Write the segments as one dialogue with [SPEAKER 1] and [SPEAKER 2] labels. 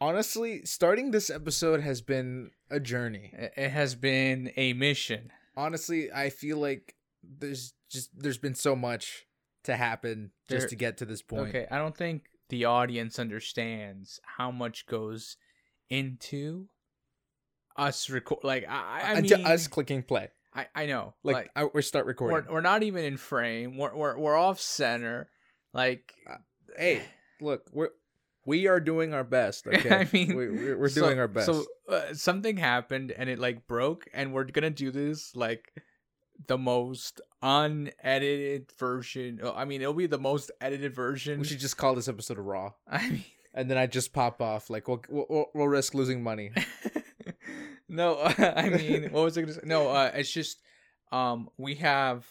[SPEAKER 1] honestly, starting this episode has been a journey.
[SPEAKER 2] It it has been a mission.
[SPEAKER 1] Honestly, I feel like there's just there's been so much to happen just
[SPEAKER 2] There-
[SPEAKER 1] to get to this point.
[SPEAKER 2] Okay, I don't think the audience understands how much goes into us record. Like I, I- I mean,
[SPEAKER 1] Until Uh, us clicking play,
[SPEAKER 2] I, I know.
[SPEAKER 1] like, I, we start recording.
[SPEAKER 2] we're, we're not even in frame. We're we're, we're off center. Like
[SPEAKER 1] hey, look, we're we are doing our best. Okay,
[SPEAKER 2] I mean,
[SPEAKER 1] we, we're, we're
[SPEAKER 2] so-
[SPEAKER 1] doing our best.
[SPEAKER 2] So uh, something happened and it like broke, and we're gonna do this like the most unedited version. oh, I mean, it'll be the most edited version.
[SPEAKER 1] we should just call this episode raw,
[SPEAKER 2] I mean.
[SPEAKER 1] and then I just pop off. Like we'll we'll- we'll, we'll risk losing money.
[SPEAKER 2] no, I mean, what was I going to say? No, uh, it's just um, we have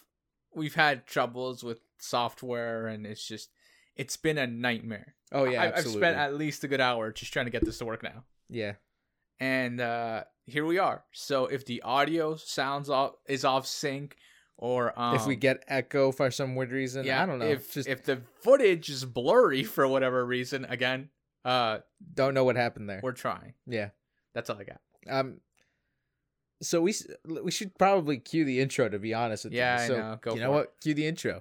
[SPEAKER 2] we've had troubles with software, and it's just it's been a nightmare.
[SPEAKER 1] Oh yeah,
[SPEAKER 2] I, I've
[SPEAKER 1] absolutely.
[SPEAKER 2] spent at least a good hour just trying to get this to work now,
[SPEAKER 1] yeah,
[SPEAKER 2] and uh, here we are. So if the audio sounds off is off sync, or um,
[SPEAKER 1] if we get echo for some weird reason, I don't know.
[SPEAKER 2] If
[SPEAKER 1] just
[SPEAKER 2] if the footage is blurry for whatever reason, again, uh,
[SPEAKER 1] don't know what happened there.
[SPEAKER 2] we're trying.
[SPEAKER 1] Yeah.
[SPEAKER 2] That's all I got.
[SPEAKER 1] Um. So we s- we should probably cue the intro. To be honest with
[SPEAKER 2] Yeah,
[SPEAKER 1] you.
[SPEAKER 2] I
[SPEAKER 1] So
[SPEAKER 2] know. Go
[SPEAKER 1] you
[SPEAKER 2] for
[SPEAKER 1] know
[SPEAKER 2] it.
[SPEAKER 1] what? Cue the intro.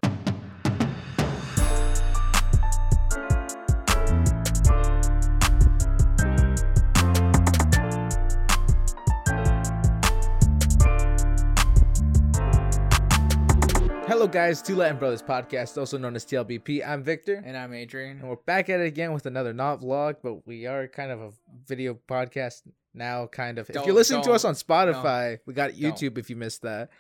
[SPEAKER 1] Hello, guys. Two Latin Brothers podcast, also known as TLBP. I'm Victor.
[SPEAKER 2] And I'm Adrian.
[SPEAKER 1] And we're back at it again with another not vlog, but we are kind of a video podcast now, kind of. if
[SPEAKER 2] Don't-
[SPEAKER 1] you're listening to us on
[SPEAKER 2] don't.
[SPEAKER 1] Spotify, we got
[SPEAKER 2] Don't.
[SPEAKER 1] YouTube if you missed that.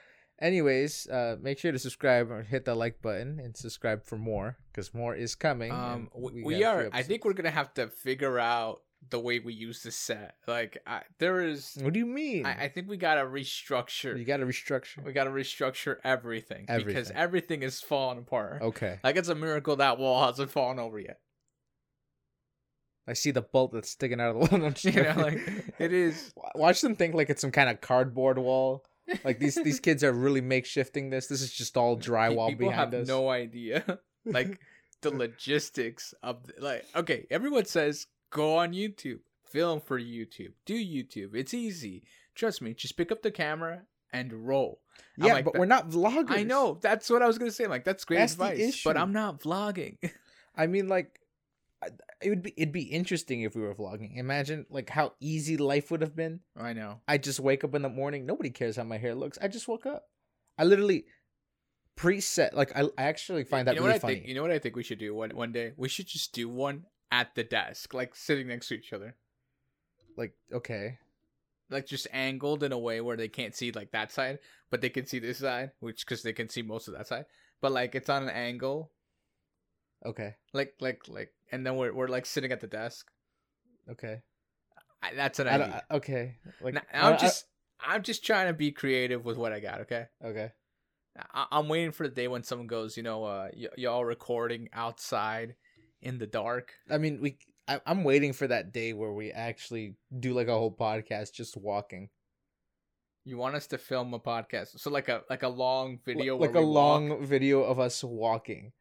[SPEAKER 1] Anyways, uh, make sure to subscribe or hit that like button and subscribe for more because more is coming.
[SPEAKER 2] Um,
[SPEAKER 1] and
[SPEAKER 2] we,
[SPEAKER 1] got
[SPEAKER 2] we
[SPEAKER 1] a
[SPEAKER 2] are.
[SPEAKER 1] few
[SPEAKER 2] I think we're gonna have to figure out the way we use this set. Like, I, there is.
[SPEAKER 1] episodes. What do you mean?
[SPEAKER 2] I, I think we gotta
[SPEAKER 1] you
[SPEAKER 2] restructure.
[SPEAKER 1] got to restructure.
[SPEAKER 2] We gotta restructure everything, because
[SPEAKER 1] Everything.
[SPEAKER 2] everything is falling apart.
[SPEAKER 1] Okay.
[SPEAKER 2] Like it's a miracle that wall hasn't fallen over yet.
[SPEAKER 1] I see the bolt that's sticking out of the wall. I'm just
[SPEAKER 2] You know, like
[SPEAKER 1] joking.
[SPEAKER 2] it is.
[SPEAKER 1] Wa- Watch them think like it's some kind of cardboard wall. Like these these kids are really makeshifting this. This is just all
[SPEAKER 2] Pe-
[SPEAKER 1] drywall
[SPEAKER 2] people
[SPEAKER 1] behind
[SPEAKER 2] have
[SPEAKER 1] us.
[SPEAKER 2] no idea. like the logistics of the, like. Okay, everyone says go on YouTube, film for YouTube, do YouTube. It's easy. Trust me. Just pick up the camera and roll. I'm
[SPEAKER 1] yeah,
[SPEAKER 2] like,
[SPEAKER 1] but
[SPEAKER 2] "That-
[SPEAKER 1] we're not vloggers.
[SPEAKER 2] I know. That's what I was gonna say. Like that's great
[SPEAKER 1] That's the
[SPEAKER 2] advice, but
[SPEAKER 1] issue.
[SPEAKER 2] I'm not vlogging.
[SPEAKER 1] I mean, like, I- it would be it'd be interesting if we were vlogging. Imagine like how easy life would have been.
[SPEAKER 2] I know.
[SPEAKER 1] I just wake up in the morning. Nobody cares how my hair looks. I just woke up. I literally preset. Like, I, I actually find that
[SPEAKER 2] you know
[SPEAKER 1] really
[SPEAKER 2] what
[SPEAKER 1] funny.
[SPEAKER 2] I think? You know what I think we should do one one day? We should just do one at the desk, like sitting next to each other,
[SPEAKER 1] like, okay,
[SPEAKER 2] like just angled in a way where they can't see like that side, but they can see this side, which because they can see most of that side. But like it's on an angle,
[SPEAKER 1] okay,
[SPEAKER 2] like like like, and then we're we're like sitting at the desk.
[SPEAKER 1] okay.
[SPEAKER 2] I, that's an
[SPEAKER 1] I don't,
[SPEAKER 2] idea.
[SPEAKER 1] I- okay, like,
[SPEAKER 2] Nah,
[SPEAKER 1] I
[SPEAKER 2] I'm
[SPEAKER 1] don't- I-
[SPEAKER 2] just I, am just trying to be creative with what I got. Okay.
[SPEAKER 1] okay.
[SPEAKER 2] I- I'm waiting for the day when someone goes, you know, uh, y- y'all recording outside in the dark.
[SPEAKER 1] I mean, we. I, I'm waiting for that day where we actually do like a whole podcast just walking,
[SPEAKER 2] You want us to film a podcast, so like a like a long video,
[SPEAKER 1] like a
[SPEAKER 2] where we
[SPEAKER 1] long
[SPEAKER 2] walk.
[SPEAKER 1] video of us walking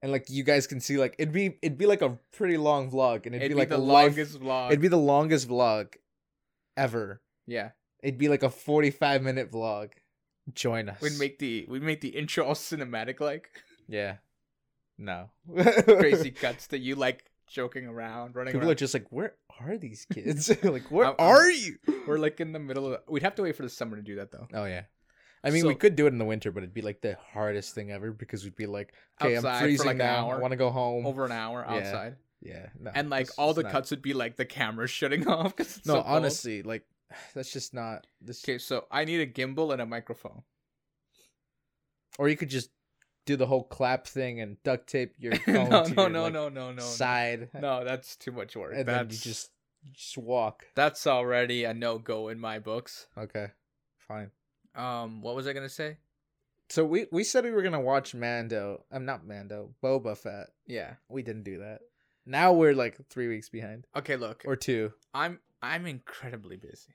[SPEAKER 1] and like you guys can see like it'd be it'd be like a pretty long vlog and it'd,
[SPEAKER 2] It'd,
[SPEAKER 1] be like a
[SPEAKER 2] the
[SPEAKER 1] life,
[SPEAKER 2] longest vlog.
[SPEAKER 1] it'd be the longest vlog ever
[SPEAKER 2] yeah.
[SPEAKER 1] it'd be like a 45 minute vlog join us
[SPEAKER 2] We'd make the we'd make the intro all cinematic, like
[SPEAKER 1] yeah no
[SPEAKER 2] crazy cuts that you like joking around, running
[SPEAKER 1] people are
[SPEAKER 2] around.
[SPEAKER 1] just like where are these kids like where
[SPEAKER 2] I'm- I'm-
[SPEAKER 1] are you
[SPEAKER 2] We're like in the middle of. We'd have to wait for the summer to do that though.
[SPEAKER 1] oh yeah I mean, we
[SPEAKER 2] So-
[SPEAKER 1] could do it in the winter, but it'd be like the hardest thing ever because we'd be like, "Okay,
[SPEAKER 2] Outside
[SPEAKER 1] I'm
[SPEAKER 2] for,
[SPEAKER 1] freezing
[SPEAKER 2] like, an
[SPEAKER 1] now. I
[SPEAKER 2] hour.
[SPEAKER 1] want to go home."
[SPEAKER 2] Over an hour
[SPEAKER 1] Oh, Yeah.
[SPEAKER 2] outside,
[SPEAKER 1] yeah, no,
[SPEAKER 2] and like
[SPEAKER 1] it's
[SPEAKER 2] all
[SPEAKER 1] just
[SPEAKER 2] the
[SPEAKER 1] not-
[SPEAKER 2] cuts would be like the camera shutting off. 'cause it's
[SPEAKER 1] No,
[SPEAKER 2] so cold.
[SPEAKER 1] honestly, like that's just not this.
[SPEAKER 2] Okay, so I need a gimbal and a microphone.
[SPEAKER 1] Or you could just do the whole clap thing and duct tape your
[SPEAKER 2] no,
[SPEAKER 1] phone
[SPEAKER 2] no,
[SPEAKER 1] to
[SPEAKER 2] no,
[SPEAKER 1] your,
[SPEAKER 2] no,
[SPEAKER 1] Oh, like,
[SPEAKER 2] no, no, no.
[SPEAKER 1] side,
[SPEAKER 2] No, that's too much work.
[SPEAKER 1] and then you
[SPEAKER 2] that's
[SPEAKER 1] just you just walk.
[SPEAKER 2] that's already a no go in my books.
[SPEAKER 1] Okay, fine.
[SPEAKER 2] Um, what was I gonna say?
[SPEAKER 1] So we we said we were gonna watch Mando. I'm not Mando. Boba Fett.
[SPEAKER 2] Yeah.
[SPEAKER 1] We didn't do that. Now we're like three weeks behind
[SPEAKER 2] Okay, look,
[SPEAKER 1] or two.
[SPEAKER 2] I'm I'm incredibly busy.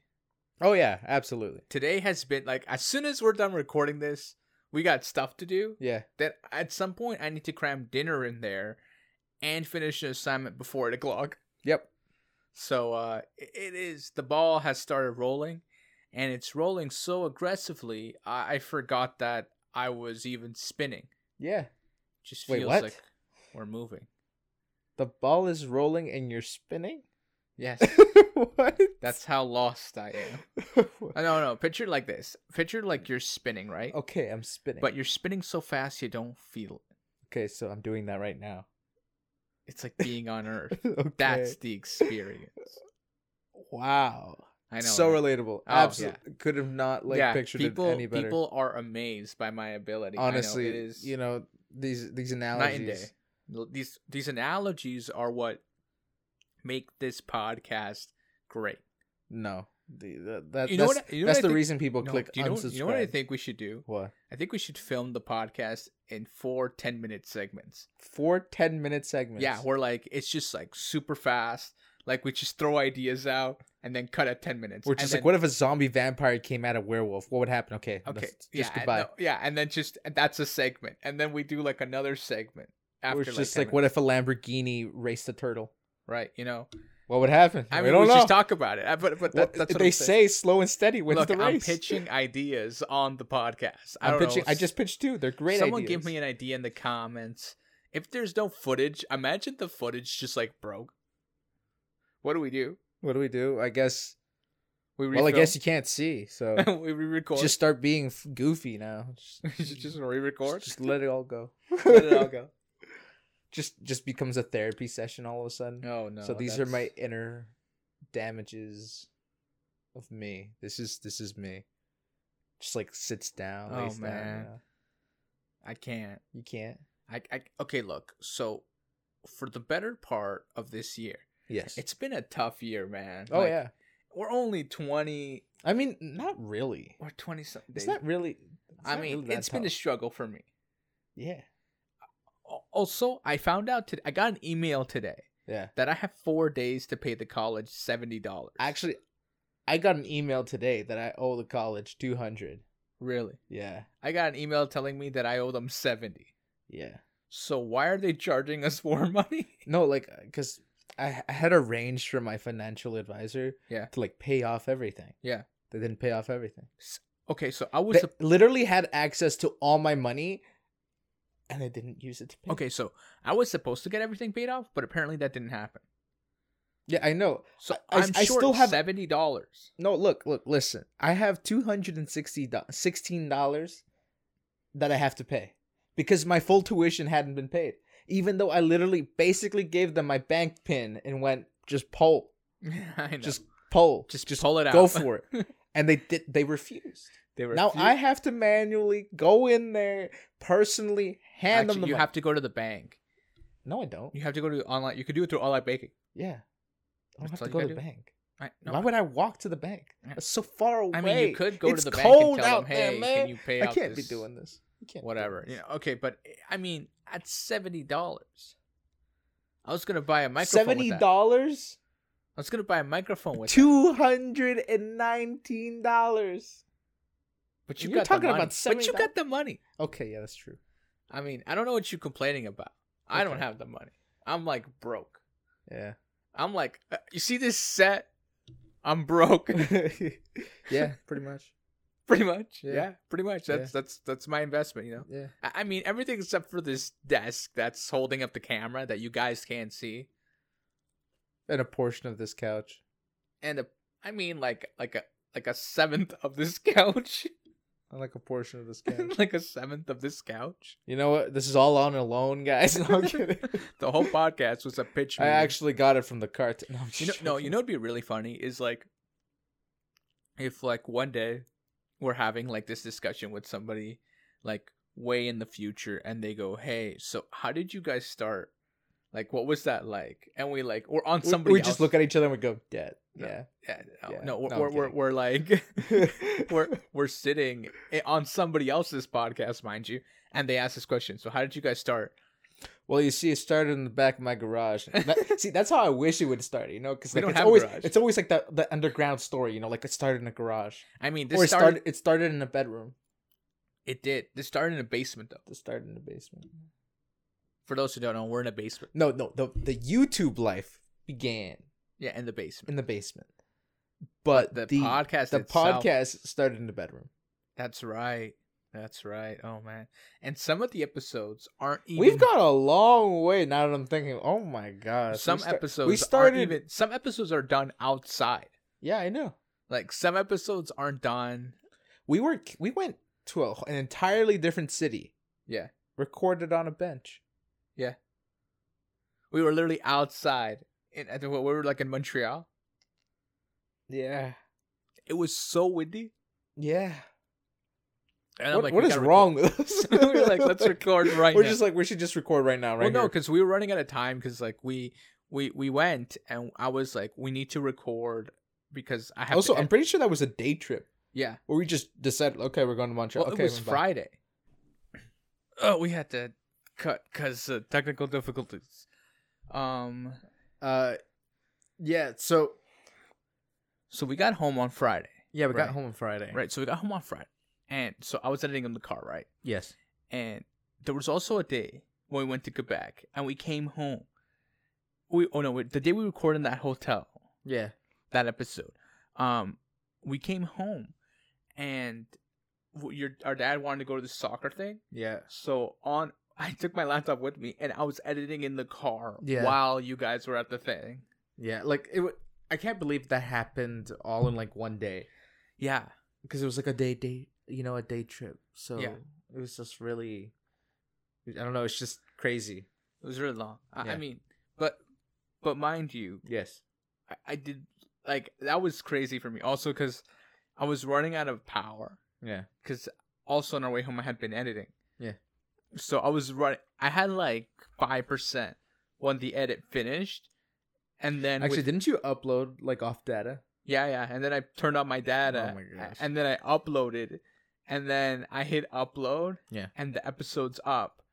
[SPEAKER 1] Oh yeah, absolutely.
[SPEAKER 2] Today has been like as soon as we're done recording this, we got stuff to do.
[SPEAKER 1] Yeah,
[SPEAKER 2] That at some point I need to cram dinner in there and finish an assignment before eight o'clock.
[SPEAKER 1] yep.
[SPEAKER 2] So uh, it- it is the ball has started rolling, and it's rolling so aggressively. I, I forgot that I was even spinning.
[SPEAKER 1] Yeah.
[SPEAKER 2] Just
[SPEAKER 1] Wait,
[SPEAKER 2] feels
[SPEAKER 1] what?
[SPEAKER 2] like we're moving.
[SPEAKER 1] The ball is rolling and you're spinning?
[SPEAKER 2] Yes,
[SPEAKER 1] what?
[SPEAKER 2] that's how lost I am. Uh, No, no. Picture it like this. Picture like you're spinning, right?
[SPEAKER 1] okay, I'm spinning.
[SPEAKER 2] But you're spinning so fast you don't feel it.
[SPEAKER 1] okay, so I'm doing that right now.
[SPEAKER 2] It's like being on Earth.
[SPEAKER 1] okay.
[SPEAKER 2] That's the experience.
[SPEAKER 1] wow.
[SPEAKER 2] I know.
[SPEAKER 1] so
[SPEAKER 2] right?
[SPEAKER 1] relatable.
[SPEAKER 2] Oh,
[SPEAKER 1] Absolutely. Could have not like pictured
[SPEAKER 2] people,
[SPEAKER 1] it any better.
[SPEAKER 2] People are amazed by my ability. I know,
[SPEAKER 1] Honestly,
[SPEAKER 2] it is
[SPEAKER 1] you know, these these
[SPEAKER 2] night and day.
[SPEAKER 1] analogies.
[SPEAKER 2] L- These these analogies are what make this podcast great.
[SPEAKER 1] No. The, the, that,
[SPEAKER 2] You know
[SPEAKER 1] that's
[SPEAKER 2] what I- you know
[SPEAKER 1] that's
[SPEAKER 2] what I
[SPEAKER 1] the
[SPEAKER 2] think-
[SPEAKER 1] reason people
[SPEAKER 2] No,
[SPEAKER 1] click
[SPEAKER 2] do you know,
[SPEAKER 1] unsubscribe.
[SPEAKER 2] you know what I think we should do?
[SPEAKER 1] What?
[SPEAKER 2] I think we should film the podcast in four 10 minute segments.
[SPEAKER 1] Four 10 minute segments.
[SPEAKER 2] Yeah, where like it's just like super fast. Like we just throw ideas out and then cut at 10 minutes.
[SPEAKER 1] We're
[SPEAKER 2] and
[SPEAKER 1] just
[SPEAKER 2] then-
[SPEAKER 1] like, what if a zombie vampire came out of werewolf? What would happen? Okay,
[SPEAKER 2] Okay.
[SPEAKER 1] let's- just
[SPEAKER 2] yeah,
[SPEAKER 1] goodbye.
[SPEAKER 2] no, yeah, and then just and that's a segment. And then we do like another segment after
[SPEAKER 1] Or it's just
[SPEAKER 2] 10
[SPEAKER 1] like, what if a Lamborghini raced a turtle?
[SPEAKER 2] Right, you know.
[SPEAKER 1] What would happen?
[SPEAKER 2] I
[SPEAKER 1] I
[SPEAKER 2] mean,
[SPEAKER 1] don't
[SPEAKER 2] we
[SPEAKER 1] know.
[SPEAKER 2] just talk about it. I- But but that,
[SPEAKER 1] What-
[SPEAKER 2] that's what
[SPEAKER 1] they
[SPEAKER 2] I'm
[SPEAKER 1] say
[SPEAKER 2] saying.
[SPEAKER 1] slow and steady wins
[SPEAKER 2] Look,
[SPEAKER 1] the
[SPEAKER 2] I'm
[SPEAKER 1] race.
[SPEAKER 2] pitching ideas on the podcast. I
[SPEAKER 1] I'm
[SPEAKER 2] don't know,
[SPEAKER 1] pitching. I
[SPEAKER 2] s-
[SPEAKER 1] just pitched two. They're great.
[SPEAKER 2] someone
[SPEAKER 1] ideas.
[SPEAKER 2] give me an idea in the comments. If there's no footage, imagine the footage just like broke. What do we do?
[SPEAKER 1] What do we do? I guess.
[SPEAKER 2] We
[SPEAKER 1] Well, I
[SPEAKER 2] refilm?
[SPEAKER 1] guess you can't see, so
[SPEAKER 2] we re-record.
[SPEAKER 1] just start being f- goofy now. Just,
[SPEAKER 2] We should just re-record.
[SPEAKER 1] just let it all go.
[SPEAKER 2] Let it all go.
[SPEAKER 1] just just becomes a therapy session all of a sudden.
[SPEAKER 2] No, no.
[SPEAKER 1] so these are my
[SPEAKER 2] that's-
[SPEAKER 1] inner damages of me. This is this is me. Just like sits down.
[SPEAKER 2] Oh,
[SPEAKER 1] lays down, you
[SPEAKER 2] man.
[SPEAKER 1] know?
[SPEAKER 2] I can't.
[SPEAKER 1] you can't.
[SPEAKER 2] I, I okay. Look, so for the better part of this year,
[SPEAKER 1] Yes.
[SPEAKER 2] it's been a tough year, man.
[SPEAKER 1] oh
[SPEAKER 2] Like,
[SPEAKER 1] yeah.
[SPEAKER 2] we're only twenty
[SPEAKER 1] I mean, not really.
[SPEAKER 2] or twenty something.
[SPEAKER 1] It's not really. it's
[SPEAKER 2] I
[SPEAKER 1] not
[SPEAKER 2] mean,
[SPEAKER 1] really that
[SPEAKER 2] it's been a
[SPEAKER 1] tough.
[SPEAKER 2] struggle for me.
[SPEAKER 1] yeah,
[SPEAKER 2] Al- Also, I found out today. I got an email today
[SPEAKER 1] yeah.
[SPEAKER 2] that I have four days to pay the college seventy dollars.
[SPEAKER 1] Actually, I got an email today that I owe the college two hundred.
[SPEAKER 2] really,
[SPEAKER 1] Yeah,
[SPEAKER 2] I got an email telling me that I owe them seventy.
[SPEAKER 1] yeah.
[SPEAKER 2] So why are they charging us more money?
[SPEAKER 1] No, like, uh, cause I, I had arranged for my financial advisor,
[SPEAKER 2] Yeah.
[SPEAKER 1] to like pay off everything.
[SPEAKER 2] Yeah.
[SPEAKER 1] they didn't pay off everything.
[SPEAKER 2] Okay, so I was
[SPEAKER 1] They literally had access to all my money, and they didn't use it to pay.
[SPEAKER 2] Okay, so I was supposed to get everything paid off, but apparently that didn't happen.
[SPEAKER 1] Yeah, I know.
[SPEAKER 2] So
[SPEAKER 1] I-
[SPEAKER 2] I, am
[SPEAKER 1] I
[SPEAKER 2] short
[SPEAKER 1] still have-
[SPEAKER 2] seventy dollars.
[SPEAKER 1] No, look, look, listen. I have two hundred and sixty sixteen dollars that I have to pay because my full tuition hadn't been paid. Even though I literally basically gave them my bank pin and went just poll,
[SPEAKER 2] I know.
[SPEAKER 1] just poll,
[SPEAKER 2] just just pull it out.
[SPEAKER 1] go for it, and they did. They refused.
[SPEAKER 2] They were
[SPEAKER 1] Now
[SPEAKER 2] few-
[SPEAKER 1] I have to manually go in there personally hand
[SPEAKER 2] Actually,
[SPEAKER 1] them the
[SPEAKER 2] you
[SPEAKER 1] money.
[SPEAKER 2] have to go to the bank.
[SPEAKER 1] no, I don't.
[SPEAKER 2] You have to go to online. You could do it through online banking.
[SPEAKER 1] Yeah, I don't
[SPEAKER 2] That's
[SPEAKER 1] have to
[SPEAKER 2] all
[SPEAKER 1] go
[SPEAKER 2] you
[SPEAKER 1] to the
[SPEAKER 2] gotta
[SPEAKER 1] bank.
[SPEAKER 2] I, no,
[SPEAKER 1] Why would I walk to the bank?
[SPEAKER 2] Yeah.
[SPEAKER 1] It's so far away.
[SPEAKER 2] I mean, you could go
[SPEAKER 1] It's
[SPEAKER 2] to the bank and
[SPEAKER 1] cold
[SPEAKER 2] tell
[SPEAKER 1] out
[SPEAKER 2] them,
[SPEAKER 1] there,
[SPEAKER 2] "Hey,
[SPEAKER 1] man.
[SPEAKER 2] can you pay
[SPEAKER 1] I
[SPEAKER 2] out
[SPEAKER 1] can't
[SPEAKER 2] this
[SPEAKER 1] be doing this. You can't. be
[SPEAKER 2] whatever?"
[SPEAKER 1] doing
[SPEAKER 2] You
[SPEAKER 1] this.
[SPEAKER 2] know, okay, but I mean, at seventy dollars, I was gonna buy a microphone.
[SPEAKER 1] Seventy
[SPEAKER 2] dollars.
[SPEAKER 1] dollars,
[SPEAKER 2] I was gonna buy a microphone with that,
[SPEAKER 1] two hundred and nineteen dollars.
[SPEAKER 2] but you
[SPEAKER 1] you're
[SPEAKER 2] got
[SPEAKER 1] talking
[SPEAKER 2] the money.
[SPEAKER 1] about
[SPEAKER 2] But you
[SPEAKER 1] $70.
[SPEAKER 2] got the money.
[SPEAKER 1] Okay, yeah, that's true.
[SPEAKER 2] I mean, I don't know what you're complaining about. I don't
[SPEAKER 1] Okay.
[SPEAKER 2] have the money. I'm like broke.
[SPEAKER 1] Yeah,
[SPEAKER 2] I'm like, uh, you see this set? I'm broke,
[SPEAKER 1] yeah, pretty much.
[SPEAKER 2] pretty much. Yeah,
[SPEAKER 1] Yeah.
[SPEAKER 2] pretty much.
[SPEAKER 1] Yeah.
[SPEAKER 2] That's that's that's my investment. You know,
[SPEAKER 1] Yeah,
[SPEAKER 2] I, I mean, everything except for this desk that's holding up the camera that you guys can't see,
[SPEAKER 1] and a portion of this couch.
[SPEAKER 2] and a, I mean, like like a like a seventh of this couch,
[SPEAKER 1] I like a portion of this couch.
[SPEAKER 2] like a seventh of this couch.
[SPEAKER 1] you know what? This is all on a loan, guys. No, I'm kidding.
[SPEAKER 2] The whole podcast was a pitch.
[SPEAKER 1] I
[SPEAKER 2] meeting.
[SPEAKER 1] actually got it from the cart. No, I'm
[SPEAKER 2] you know,
[SPEAKER 1] just
[SPEAKER 2] no,
[SPEAKER 1] joking.
[SPEAKER 2] you know, it'd be really funny is like, if like one day we're having like this discussion with somebody, like way in the future, and they go, "Hey, so how did you guys start? Like, what was that like?" And we like, we're on
[SPEAKER 1] We-
[SPEAKER 2] somebody.
[SPEAKER 1] we just
[SPEAKER 2] else-
[SPEAKER 1] look at each other and we go, "Dead."
[SPEAKER 2] No.
[SPEAKER 1] Yeah.
[SPEAKER 2] Yeah, no,
[SPEAKER 1] yeah,
[SPEAKER 2] no, we're,
[SPEAKER 1] no, I'm
[SPEAKER 2] we're, we're
[SPEAKER 1] kidding.
[SPEAKER 2] we're like, we're we're sitting i- on somebody else's podcast, mind you, and they ask this question. So how did you guys start?
[SPEAKER 1] Well, you see, it started in the back of my garage. That- see, that's how I wish it would start. You know, because
[SPEAKER 2] We
[SPEAKER 1] like
[SPEAKER 2] don't
[SPEAKER 1] it's
[SPEAKER 2] have a
[SPEAKER 1] always
[SPEAKER 2] garage.
[SPEAKER 1] it's always like the the underground story. You know, like it started in a garage,
[SPEAKER 2] I mean, this
[SPEAKER 1] or it
[SPEAKER 2] started,
[SPEAKER 1] started, it started in a bedroom.
[SPEAKER 2] It did. This started in a basement, though.
[SPEAKER 1] It started in the basement.
[SPEAKER 2] For those who don't know, we're in a basement.
[SPEAKER 1] No, no, the the YouTube life began
[SPEAKER 2] Yeah, in the basement.
[SPEAKER 1] in the basement. But
[SPEAKER 2] the,
[SPEAKER 1] the the,
[SPEAKER 2] podcast. itself-
[SPEAKER 1] podcast started in the bedroom.
[SPEAKER 2] That's right. That's right. Oh man. And some of the episodes aren't even
[SPEAKER 1] We've got a long way now that I'm thinking. Oh my god!
[SPEAKER 2] some
[SPEAKER 1] we start-
[SPEAKER 2] episodes
[SPEAKER 1] We started.
[SPEAKER 2] aren't even some episodes are done outside.
[SPEAKER 1] yeah, I know.
[SPEAKER 2] Like some episodes aren't done.
[SPEAKER 1] We were we went to a, an entirely different city.
[SPEAKER 2] Yeah.
[SPEAKER 1] Recorded on a bench.
[SPEAKER 2] We were literally outside and I think we were like in Montreal.
[SPEAKER 1] Yeah.
[SPEAKER 2] It was so windy.
[SPEAKER 1] Yeah. what
[SPEAKER 2] And I'm like,
[SPEAKER 1] what
[SPEAKER 2] we
[SPEAKER 1] is
[SPEAKER 2] gotta
[SPEAKER 1] wrong
[SPEAKER 2] record.
[SPEAKER 1] with us?
[SPEAKER 2] We're like, let's record right
[SPEAKER 1] We're
[SPEAKER 2] now.
[SPEAKER 1] just like we should just record right now,
[SPEAKER 2] Well,
[SPEAKER 1] right
[SPEAKER 2] no,
[SPEAKER 1] here.
[SPEAKER 2] because we were running out of time. Because like we we we went and I was like, we need to record because I have.
[SPEAKER 1] Also,
[SPEAKER 2] to
[SPEAKER 1] I'm
[SPEAKER 2] ed-
[SPEAKER 1] pretty sure that was a day trip
[SPEAKER 2] yeah.
[SPEAKER 1] where we just decided, okay, we're going to Montreal.
[SPEAKER 2] Well,
[SPEAKER 1] okay,
[SPEAKER 2] it was
[SPEAKER 1] we're back.
[SPEAKER 2] Friday. Oh, we had to cut because uh, technical difficulties. Um,
[SPEAKER 1] Uh, yeah. So
[SPEAKER 2] so we got home on Friday,
[SPEAKER 1] yeah, we
[SPEAKER 2] Right.
[SPEAKER 1] got home on Friday.
[SPEAKER 2] right? So we got home on Friday, and so I was editing in the car, right?
[SPEAKER 1] Yes.
[SPEAKER 2] And there was also a day when we went to Quebec and we came home. We oh no, the day we recorded in that hotel
[SPEAKER 1] Yeah.
[SPEAKER 2] that episode, um, we came home, and w- your our dad wanted to go to the soccer thing.
[SPEAKER 1] Yeah.
[SPEAKER 2] So on, I took my laptop with me, and I was editing in the car
[SPEAKER 1] Yeah.
[SPEAKER 2] while you guys were at the thing.
[SPEAKER 1] Yeah. Like it. wa- I can't believe that happened all in like one day.
[SPEAKER 2] Yeah,
[SPEAKER 1] because it was like a day day you know a day trip so
[SPEAKER 2] Yeah.
[SPEAKER 1] it was just really i don't know it's just crazy
[SPEAKER 2] it was really long. I, I
[SPEAKER 1] Yeah.
[SPEAKER 2] mean, but but mind you,
[SPEAKER 1] yes
[SPEAKER 2] I, I did like that was crazy for me. Also, because I was running out of power.
[SPEAKER 1] yeah
[SPEAKER 2] Because also on our way home, I had been editing.
[SPEAKER 1] Yeah.
[SPEAKER 2] So I was running. I had like five percent when the edit finished, and then
[SPEAKER 1] actually
[SPEAKER 2] with-
[SPEAKER 1] didn't you upload like off data
[SPEAKER 2] Yeah, yeah. And then I turned on my data.
[SPEAKER 1] Oh my gosh.
[SPEAKER 2] And then I uploaded. And then I hit upload.
[SPEAKER 1] Yeah.
[SPEAKER 2] And the episode's up.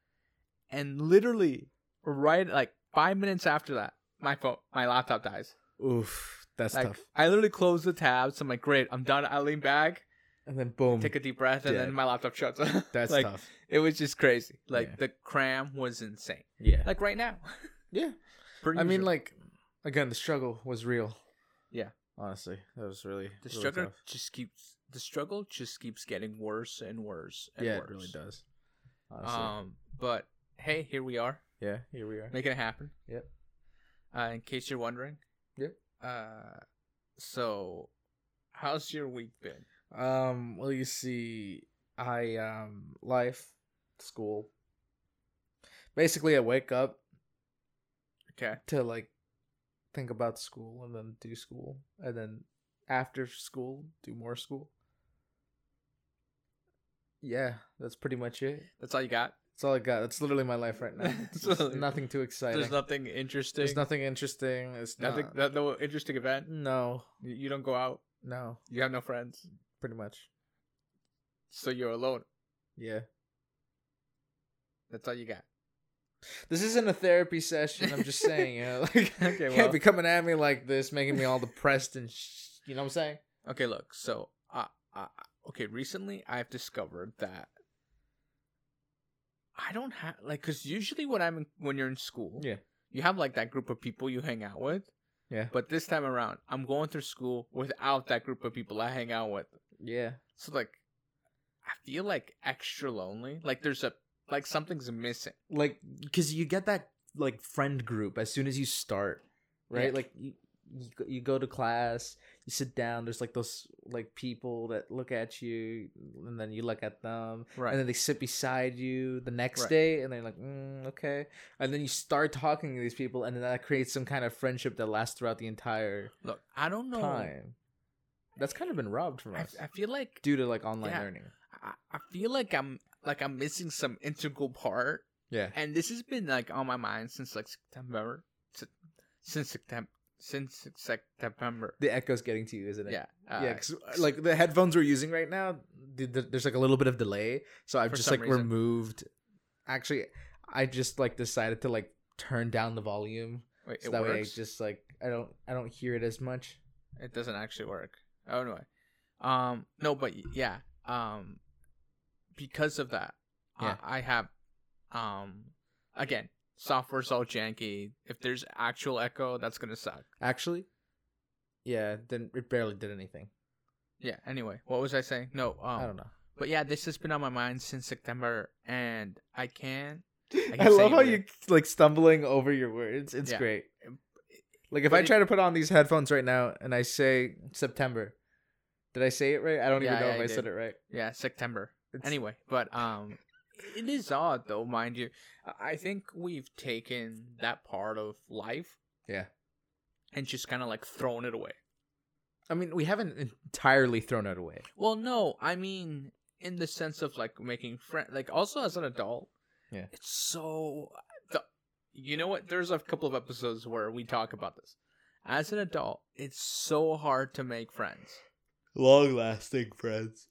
[SPEAKER 2] And literally, right like five minutes after that, my phone, my laptop dies.
[SPEAKER 1] oof that's
[SPEAKER 2] like I literally close the tabs. I'm like, great, I'm done. I lean back,
[SPEAKER 1] and then boom
[SPEAKER 2] take a deep breath, and
[SPEAKER 1] Dead.
[SPEAKER 2] then my laptop shuts. off.
[SPEAKER 1] Mm. that's
[SPEAKER 2] like,
[SPEAKER 1] tough
[SPEAKER 2] It was just crazy. Like
[SPEAKER 1] Yeah.
[SPEAKER 2] the cram was insane.
[SPEAKER 1] yeah
[SPEAKER 2] Like right now.
[SPEAKER 1] yeah
[SPEAKER 2] Pretty
[SPEAKER 1] i mean
[SPEAKER 2] usual.
[SPEAKER 1] like again the struggle was real
[SPEAKER 2] Yeah.
[SPEAKER 1] honestly that was really
[SPEAKER 2] the
[SPEAKER 1] really
[SPEAKER 2] struggle
[SPEAKER 1] tough.
[SPEAKER 2] just keeps the struggle just keeps getting worse and worse. And
[SPEAKER 1] yeah
[SPEAKER 2] worse.
[SPEAKER 1] it really does honestly
[SPEAKER 2] Um, but hey, here we are
[SPEAKER 1] yeah here we are
[SPEAKER 2] making it happen.
[SPEAKER 1] Yep.
[SPEAKER 2] Uh, in case you're wondering.
[SPEAKER 1] Yep.
[SPEAKER 2] Uh, so how's your week been?
[SPEAKER 1] Um, well, you see, I um life, school. Basically, I wake up
[SPEAKER 2] Okay.
[SPEAKER 1] to like think about school and then do school and then after school do more school. Yeah, that's pretty much it.
[SPEAKER 2] That's all you got.
[SPEAKER 1] That's all I got. That's literally my life right now. It's just
[SPEAKER 2] Literally.
[SPEAKER 1] nothing too exciting.
[SPEAKER 2] There's nothing interesting.
[SPEAKER 1] There's nothing interesting. It's
[SPEAKER 2] Nothing.
[SPEAKER 1] nothing.
[SPEAKER 2] No, no interesting event.
[SPEAKER 1] no,
[SPEAKER 2] You- You don't go out.
[SPEAKER 1] no,
[SPEAKER 2] You have no friends.
[SPEAKER 1] pretty much.
[SPEAKER 2] So you're alone.
[SPEAKER 1] Yeah.
[SPEAKER 2] That's all you got.
[SPEAKER 1] This isn't a therapy session. I'm just saying, you know, like,
[SPEAKER 2] Okay,
[SPEAKER 1] you
[SPEAKER 2] well.
[SPEAKER 1] can't be coming at me like this, making me all depressed and sh- you know what I'm saying?
[SPEAKER 2] Okay. Look. So. Uh, uh, okay. Recently, I've discovered that. I don't have like because usually when I'm in, when you're in school,
[SPEAKER 1] Yeah.
[SPEAKER 2] you have like that group of people you hang out with.
[SPEAKER 1] Yeah.
[SPEAKER 2] But this time around, I'm going through school without that group of people I hang out with.
[SPEAKER 1] Yeah.
[SPEAKER 2] So like, I feel like extra lonely. Like there's a like something's missing.
[SPEAKER 1] Like, because you get that like friend group as soon as you start, right?
[SPEAKER 2] Yeah.
[SPEAKER 1] Like, you, you go- you go to class, you sit down. There's like those like people that look at you, and then you look at them, and then they sit beside you the next
[SPEAKER 2] Right.
[SPEAKER 1] day, and they're like, mm, okay, and then you start talking to these people, and then that creates some kind of friendship that lasts throughout the entire
[SPEAKER 2] Look, I don't know.
[SPEAKER 1] time. That's kind of been robbed from
[SPEAKER 2] I,
[SPEAKER 1] us
[SPEAKER 2] I feel like
[SPEAKER 1] due to like online
[SPEAKER 2] Yeah.
[SPEAKER 1] learning.
[SPEAKER 2] I, I feel like I'm like I'm missing some integral part,
[SPEAKER 1] Yeah.
[SPEAKER 2] and this has been like on my mind since like September, si- since September, since September.
[SPEAKER 1] The echo's getting to you, isn't it?
[SPEAKER 2] Yeah. Uh,
[SPEAKER 1] Yeah, 'cause, like the headphones we're using right now, th- th- there's like a little bit of delay, so I've
[SPEAKER 2] For
[SPEAKER 1] just
[SPEAKER 2] some
[SPEAKER 1] like
[SPEAKER 2] reason.
[SPEAKER 1] removed. Actually, I just like decided to like turn down the volume
[SPEAKER 2] wait,
[SPEAKER 1] so
[SPEAKER 2] it
[SPEAKER 1] that way I
[SPEAKER 2] works.
[SPEAKER 1] just like I don't I don't hear it as much.
[SPEAKER 2] it doesn't actually work. Oh no. Um no, but y- yeah. Um because of that,
[SPEAKER 1] Yeah.
[SPEAKER 2] I, I have um again, software's all janky. If there's actual echo, that's gonna suck.
[SPEAKER 1] Actually, yeah, it didn't it barely did anything.
[SPEAKER 2] Yeah. Anyway, what was I saying? No. Um,
[SPEAKER 1] I don't know.
[SPEAKER 2] But yeah, this has been on my mind since September, and I can't. I
[SPEAKER 1] I,
[SPEAKER 2] can
[SPEAKER 1] love
[SPEAKER 2] say
[SPEAKER 1] how
[SPEAKER 2] it.
[SPEAKER 1] you like stumbling over your words. It's
[SPEAKER 2] Yeah.
[SPEAKER 1] great. Like if
[SPEAKER 2] But
[SPEAKER 1] I
[SPEAKER 2] it-
[SPEAKER 1] try to put on these headphones right now and I say September, did I say it right? I don't
[SPEAKER 2] Yeah,
[SPEAKER 1] even know
[SPEAKER 2] yeah,
[SPEAKER 1] if
[SPEAKER 2] you
[SPEAKER 1] I said
[SPEAKER 2] did.
[SPEAKER 1] it right.
[SPEAKER 2] Yeah, September.
[SPEAKER 1] It's-
[SPEAKER 2] Anyway, but um, it is odd though, mind you. I- I think we've taken that part of life.
[SPEAKER 1] Yeah.
[SPEAKER 2] And just kind of like thrown it away.
[SPEAKER 1] I mean, we haven't entirely thrown it away.
[SPEAKER 2] Well, no, I mean in the sense of like making friend, like also as an adult.
[SPEAKER 1] Yeah.
[SPEAKER 2] It's so. The, you know what? There's a couple of episodes where we talk about this. As an adult, it's so hard to make friends.
[SPEAKER 1] Long lasting friends.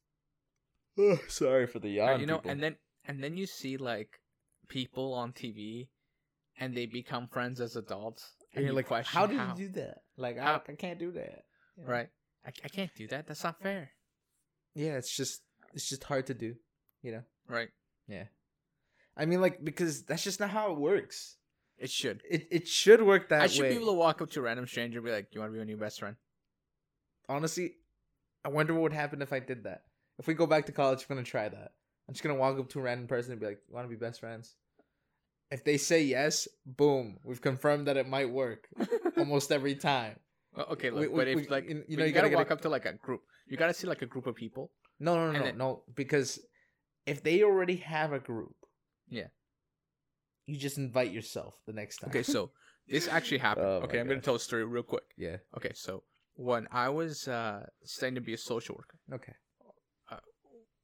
[SPEAKER 1] sorry for the
[SPEAKER 2] Uh,
[SPEAKER 1] yawn.
[SPEAKER 2] you know, and then and then you see like people on TV, and they become friends as adults, and,
[SPEAKER 1] you're like,
[SPEAKER 2] question
[SPEAKER 1] how did you do that? Like, I,
[SPEAKER 2] How-
[SPEAKER 1] I can't do that. You know?
[SPEAKER 2] right? I, I can't do that. That's not fair,
[SPEAKER 1] Yeah, it's just it's just hard to do. You know.
[SPEAKER 2] right?
[SPEAKER 1] I mean, like because that's just not how it works.
[SPEAKER 2] It should.
[SPEAKER 1] It it should work that
[SPEAKER 2] I should
[SPEAKER 1] way.
[SPEAKER 2] be able to walk up to a random stranger and be like, "You want to be my new best friend?"
[SPEAKER 1] Honestly, I wonder what would happen if I did that. If we go back to college, I'm gonna try that. I'm just gonna walk up to a random person and be like, "Want to be best friends?" If they say yes, boom, we've confirmed that it might work almost every time.
[SPEAKER 2] Well, okay,
[SPEAKER 1] We-
[SPEAKER 2] look,
[SPEAKER 1] we-
[SPEAKER 2] but if
[SPEAKER 1] we-
[SPEAKER 2] like
[SPEAKER 1] you know,
[SPEAKER 2] but you,
[SPEAKER 1] you gotta
[SPEAKER 2] gotta,
[SPEAKER 1] get a-
[SPEAKER 2] walk up to like a group, you gotta see like a group of people.
[SPEAKER 1] No, no,
[SPEAKER 2] And
[SPEAKER 1] no, no,
[SPEAKER 2] then-
[SPEAKER 1] no. Because if they already have a group,
[SPEAKER 2] Yeah.
[SPEAKER 1] you just invite yourself the next time.
[SPEAKER 2] Okay, so this actually happened.
[SPEAKER 1] Oh my
[SPEAKER 2] okay, I'm gonna
[SPEAKER 1] gosh.
[SPEAKER 2] tell a story real quick.
[SPEAKER 1] yeah,
[SPEAKER 2] Okay, so when I was uh, studying to be a social worker. uh,
[SPEAKER 1] okay,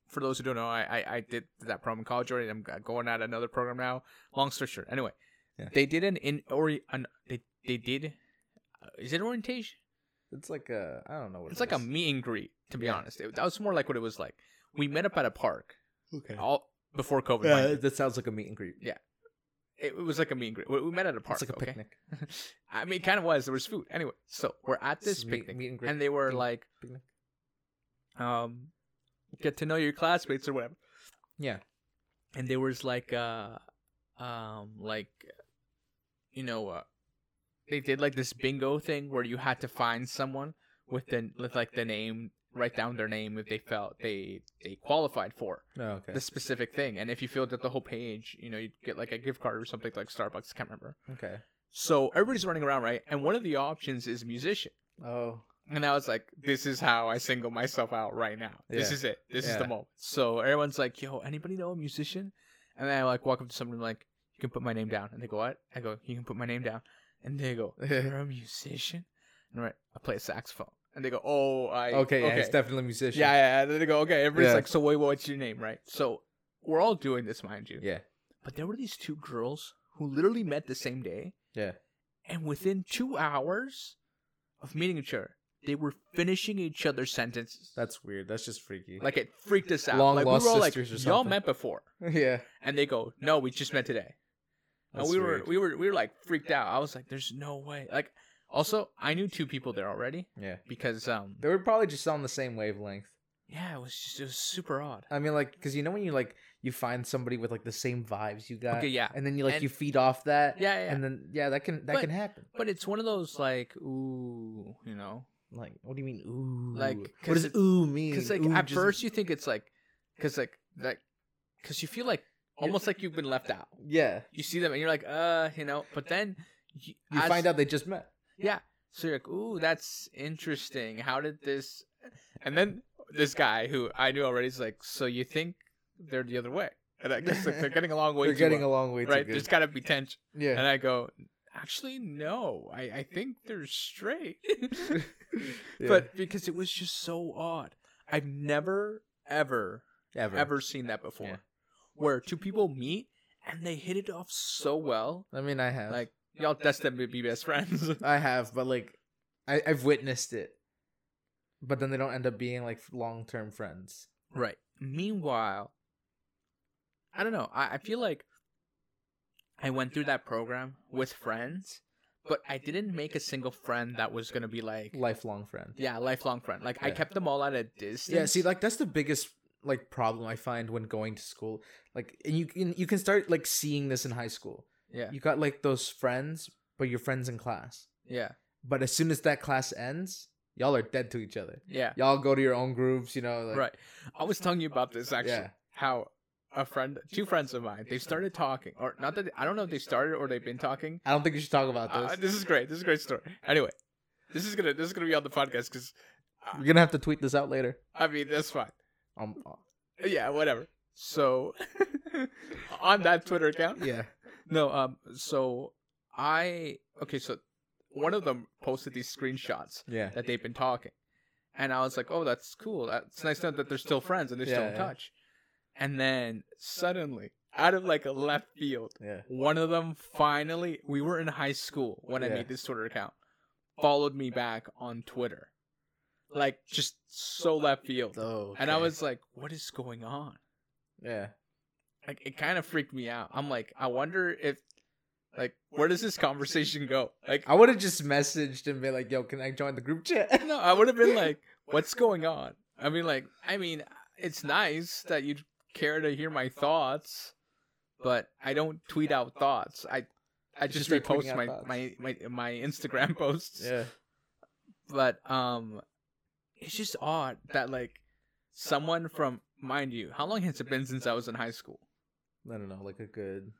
[SPEAKER 2] for those who don't know, I, I, I did that program in college already. and I'm uh, going at another program now. Long story short, anyway,
[SPEAKER 1] Yeah.
[SPEAKER 2] they did an in or an they they did. Uh, is it orientation?
[SPEAKER 1] it's like a I don't know what
[SPEAKER 2] It's
[SPEAKER 1] it
[SPEAKER 2] like a
[SPEAKER 1] is.
[SPEAKER 2] meet and greet. To be
[SPEAKER 1] Yeah.
[SPEAKER 2] honest, it, that was more like what it was like. We met up at a park
[SPEAKER 1] okay.
[SPEAKER 2] all before COVID. mind
[SPEAKER 1] Yeah,
[SPEAKER 2] you.
[SPEAKER 1] that sounds like a meet and greet.
[SPEAKER 2] it, it was like a meet and greet. We, we met at a park.
[SPEAKER 1] it's like a
[SPEAKER 2] okay?
[SPEAKER 1] picnic.
[SPEAKER 2] I mean, it kind of was. There was food. Anyway, so we're at this
[SPEAKER 1] It's meet-
[SPEAKER 2] picnic,
[SPEAKER 1] meet and greet.
[SPEAKER 2] and they were
[SPEAKER 1] Picnic.
[SPEAKER 2] like,
[SPEAKER 1] Picnic.
[SPEAKER 2] um, get to know your classmates or whatever.
[SPEAKER 1] Yeah.
[SPEAKER 2] and there was like uh um like you know uh they did like this bingo thing where you had to find someone with the with like the name write down their name if they felt they they qualified for
[SPEAKER 1] Oh, okay.
[SPEAKER 2] the specific thing and if you filled out the whole page you know you'd get like a gift card or something like starbucks I can't remember
[SPEAKER 1] okay.
[SPEAKER 2] so everybody's running around right and one of the options is musician
[SPEAKER 1] Oh.
[SPEAKER 2] and I was like, this is how I single myself out right now. This
[SPEAKER 1] Yeah.
[SPEAKER 2] is it. This is
[SPEAKER 1] Yeah.
[SPEAKER 2] the moment. So everyone's like, yo, anybody know a musician? And then I like walk up to someone like, you can put my name down. And they go, what? I go, you can put my name down. And they go, you're a musician? And I'm like, I play a saxophone. And they go, oh, I.
[SPEAKER 1] Okay, yeah,
[SPEAKER 2] okay.
[SPEAKER 1] he's definitely a musician.
[SPEAKER 2] yeah, yeah. And then they go, okay. Everybody's
[SPEAKER 1] Yeah.
[SPEAKER 2] like, so wait, what's your name, right? So we're all doing this, mind you.
[SPEAKER 1] Yeah.
[SPEAKER 2] But there were these two girls who literally met the same day.
[SPEAKER 1] Yeah.
[SPEAKER 2] And within two hours of meeting each other, they were finishing each other's sentences.
[SPEAKER 1] That's weird. That's just freaky.
[SPEAKER 2] Like it freaked us out.
[SPEAKER 1] Long
[SPEAKER 2] like
[SPEAKER 1] lost
[SPEAKER 2] we were all like,
[SPEAKER 1] sisters or
[SPEAKER 2] y'all
[SPEAKER 1] something."
[SPEAKER 2] met before,
[SPEAKER 1] yeah.
[SPEAKER 2] and they go, no, we just met today. And
[SPEAKER 1] That's
[SPEAKER 2] we were
[SPEAKER 1] weird.
[SPEAKER 2] we were we were like freaked out. I was like, there's no way. Like also, I knew two people there already
[SPEAKER 1] Yeah.
[SPEAKER 2] because um
[SPEAKER 1] They were probably just on the same wavelength.
[SPEAKER 2] yeah, it was just it was super odd.
[SPEAKER 1] I mean, like, because you know when you like you find somebody with like the same vibes you got,
[SPEAKER 2] Okay, yeah.
[SPEAKER 1] and then you like
[SPEAKER 2] And-
[SPEAKER 1] you feed off that,
[SPEAKER 2] Yeah, yeah.
[SPEAKER 1] and then yeah, that can that
[SPEAKER 2] But-
[SPEAKER 1] can happen.
[SPEAKER 2] but it's one of those like ooh, you know,
[SPEAKER 1] Like, what do you mean? Ooh,
[SPEAKER 2] Like,
[SPEAKER 1] what
[SPEAKER 2] 'cause
[SPEAKER 1] does
[SPEAKER 2] it-
[SPEAKER 1] ooh mean?
[SPEAKER 2] because like
[SPEAKER 1] Mm, Ooh
[SPEAKER 2] at
[SPEAKER 1] just-
[SPEAKER 2] first you think it's like because like like because you feel like almost like you've been left out.
[SPEAKER 1] yeah,
[SPEAKER 2] you see them and you're like, uh, you know, but then you,
[SPEAKER 1] you find out they just met.
[SPEAKER 2] yeah. So you're like, ooh, that's interesting. How did this? And then this guy who I knew already is like, so you think they're the other way? And I guess like, they're getting along way
[SPEAKER 1] They're
[SPEAKER 2] too
[SPEAKER 1] getting
[SPEAKER 2] well,
[SPEAKER 1] along way
[SPEAKER 2] right.
[SPEAKER 1] too
[SPEAKER 2] There's
[SPEAKER 1] good.
[SPEAKER 2] got to be tension.
[SPEAKER 1] yeah,
[SPEAKER 2] And I go, actually, no. I I think they're straight.
[SPEAKER 1] Yeah.
[SPEAKER 2] But because it was just so odd, I've never ever
[SPEAKER 1] ever.
[SPEAKER 2] ever, seen that before,
[SPEAKER 1] Yeah.
[SPEAKER 2] where two people meet and they hit it off so well
[SPEAKER 1] I mean, I have
[SPEAKER 2] like y'all destined to be best friends.
[SPEAKER 1] I have, but like, I, I've witnessed it. But then they don't end up being like long term friends.
[SPEAKER 2] right. Meanwhile, I don't know. I, I feel like I went through that program with friends, but I didn't make a single friend that was gonna be like
[SPEAKER 1] Lifelong friend.
[SPEAKER 2] yeah, lifelong friend. Like I
[SPEAKER 1] Yeah.
[SPEAKER 2] kept them all at a distance.
[SPEAKER 1] Yeah, see, like that's the biggest like problem I find when going to school. Like, and you can you can start like seeing this in high school.
[SPEAKER 2] yeah,
[SPEAKER 1] You got like those friends, but your friends in class.
[SPEAKER 2] yeah,
[SPEAKER 1] But as soon as that class ends, y'all are dead to each other.
[SPEAKER 2] Yeah.
[SPEAKER 1] Y'all go to your own grooves, you know. Like,
[SPEAKER 2] right. I was telling you about this actually.
[SPEAKER 1] Yeah.
[SPEAKER 2] How a friend, two friends of mine, they started talking, or not that I don't know if they started or they've been talking.
[SPEAKER 1] I don't think you should talk about
[SPEAKER 2] Uh,
[SPEAKER 1] this.
[SPEAKER 2] this is great. This is a great story. Anyway, this is gonna this is gonna be on the podcast because
[SPEAKER 1] We're gonna have to tweet this out later.
[SPEAKER 2] I mean that's fine.
[SPEAKER 1] Um,
[SPEAKER 2] Yeah, whatever. So on that Twitter account,
[SPEAKER 1] yeah.
[SPEAKER 2] no. Um. So I okay. So one of them posted these screenshots
[SPEAKER 1] Yeah.
[SPEAKER 2] that they've been talking, and I was like, oh, that's cool. That's nice to know that they're still friends and they're still
[SPEAKER 1] Yeah,
[SPEAKER 2] in
[SPEAKER 1] yeah.
[SPEAKER 2] touch. And then suddenly, out of like a left field,
[SPEAKER 1] Yeah.
[SPEAKER 2] one of them finally we were in high school when i
[SPEAKER 1] Yeah.
[SPEAKER 2] made this twitter account followed me back on twitter like just so left field
[SPEAKER 1] Oh.
[SPEAKER 2] and i
[SPEAKER 1] okay.
[SPEAKER 2] was like what is going on
[SPEAKER 1] Yeah.
[SPEAKER 2] like it kind of freaked me out i'm like i wonder if like where does this conversation go like
[SPEAKER 1] I would have just messaged and been like, "Yo, can I join the group chat?"
[SPEAKER 2] no i would have been like what's going on i mean like i mean it's nice that you care to hear my thoughts but i don't tweet out thoughts i i
[SPEAKER 1] Just
[SPEAKER 2] just,
[SPEAKER 1] start tweeting
[SPEAKER 2] repost
[SPEAKER 1] out
[SPEAKER 2] my,
[SPEAKER 1] thoughts.
[SPEAKER 2] my my my instagram posts
[SPEAKER 1] yeah.
[SPEAKER 2] but um it's just odd that like someone from mind you how long has it been since i was in high school
[SPEAKER 1] I don't know, like a good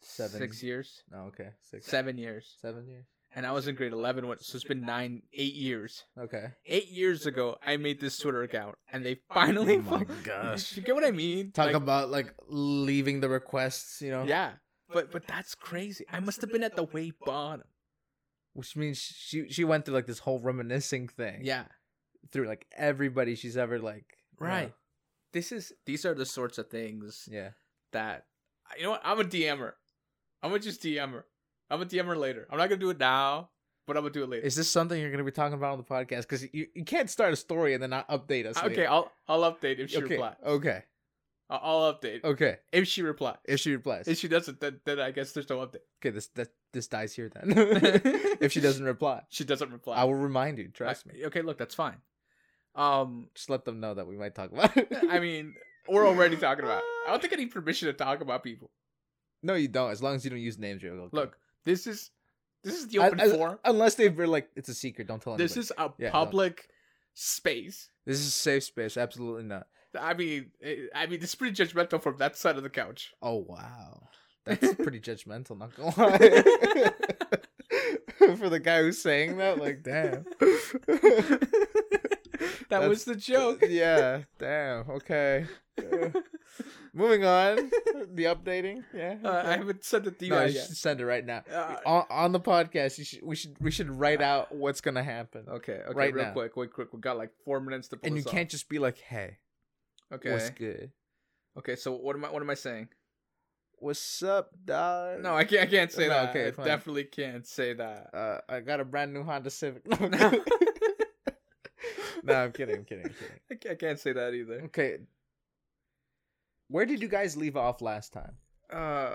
[SPEAKER 1] seven.
[SPEAKER 2] six years
[SPEAKER 1] No, okay, six,
[SPEAKER 2] seven years
[SPEAKER 1] seven years.
[SPEAKER 2] and i was in grade 11 when- so it's been nine eight years
[SPEAKER 1] Okay.
[SPEAKER 2] eight years ago i made this twitter account and they finally
[SPEAKER 1] Oh my
[SPEAKER 2] fu-
[SPEAKER 1] gosh.
[SPEAKER 2] you get what i mean
[SPEAKER 1] Talk
[SPEAKER 2] Like,
[SPEAKER 1] about like leaving the requests, you know.
[SPEAKER 2] yeah but but that's crazy i must have been at the way bottom
[SPEAKER 1] Which means she she went through like this whole reminiscing thing.
[SPEAKER 2] yeah
[SPEAKER 1] Through like everybody she's ever like. you know.
[SPEAKER 2] right this is these are the sorts of things
[SPEAKER 1] Yeah.
[SPEAKER 2] that you know what I'm a DMer. I'm gonna just DM her. I'm a DMer later. I'm not gonna do it now, but I'm gonna do it later.
[SPEAKER 1] Is this something you're gonna be talking about on the podcast? Because you, you can't start a story and then not update us.
[SPEAKER 2] okay,
[SPEAKER 1] later.
[SPEAKER 2] I'll I'll update if she
[SPEAKER 1] Okay.
[SPEAKER 2] replies.
[SPEAKER 1] Okay.
[SPEAKER 2] I- I'll update
[SPEAKER 1] Okay.
[SPEAKER 2] if she replies.
[SPEAKER 1] If she replies.
[SPEAKER 2] If she doesn't, then, then I guess there's no update.
[SPEAKER 1] okay. This that this dies here then. if she doesn't reply,
[SPEAKER 2] she doesn't reply.
[SPEAKER 1] I will remind you. Trust
[SPEAKER 2] I-
[SPEAKER 1] me.
[SPEAKER 2] Okay, look, that's fine. Um,
[SPEAKER 1] Just let them know that we might talk about it.
[SPEAKER 2] I mean, we're already talking about. It. I don't think I need permission to talk about people.
[SPEAKER 1] no, you don't. As long as you don't use names, you're okay.
[SPEAKER 2] Look, this is this is the
[SPEAKER 1] I-
[SPEAKER 2] open
[SPEAKER 1] I-
[SPEAKER 2] forum.
[SPEAKER 1] unless they've been like, it's a secret. Don't tell anybody.
[SPEAKER 2] This is a
[SPEAKER 1] Yeah, no.
[SPEAKER 2] public space.
[SPEAKER 1] This is a safe space. Absolutely not.
[SPEAKER 2] I mean, eh, I mean, it's pretty judgmental from that side of the couch.
[SPEAKER 1] Oh wow, that's pretty judgmental. Not gonna lie. For the guy who's saying that, like, damn.
[SPEAKER 2] That was the joke.
[SPEAKER 1] yeah. Damn. Okay. Uh, moving on. The updating. Yeah.
[SPEAKER 2] Uh, I haven't sent it to you
[SPEAKER 1] no,
[SPEAKER 2] guys
[SPEAKER 1] you
[SPEAKER 2] yet.
[SPEAKER 1] should send it right now.
[SPEAKER 2] Uh,
[SPEAKER 1] on, on the podcast, you should, we should we should write out what's gonna happen.
[SPEAKER 2] okay, okay,
[SPEAKER 1] right
[SPEAKER 2] real
[SPEAKER 1] now.
[SPEAKER 2] quick, quick, quick. We got like four minutes to pull
[SPEAKER 1] And you
[SPEAKER 2] this off.
[SPEAKER 1] can't just be like, "Hey,
[SPEAKER 2] Okay,
[SPEAKER 1] what's good?
[SPEAKER 2] okay. So what am I? What am I saying?
[SPEAKER 1] What's up, dog?"
[SPEAKER 2] No, I can't. I can't say
[SPEAKER 1] No,
[SPEAKER 2] that.
[SPEAKER 1] okay,
[SPEAKER 2] I
[SPEAKER 1] fine.
[SPEAKER 2] definitely can't say that.
[SPEAKER 1] uh, I got a brand new Honda Civic. No, I'm kidding. No, I'm kidding. I'm kidding. I'm kidding.
[SPEAKER 2] I ca- I can't say that either.
[SPEAKER 1] Okay. Where did you guys leave off last time?
[SPEAKER 2] Uh,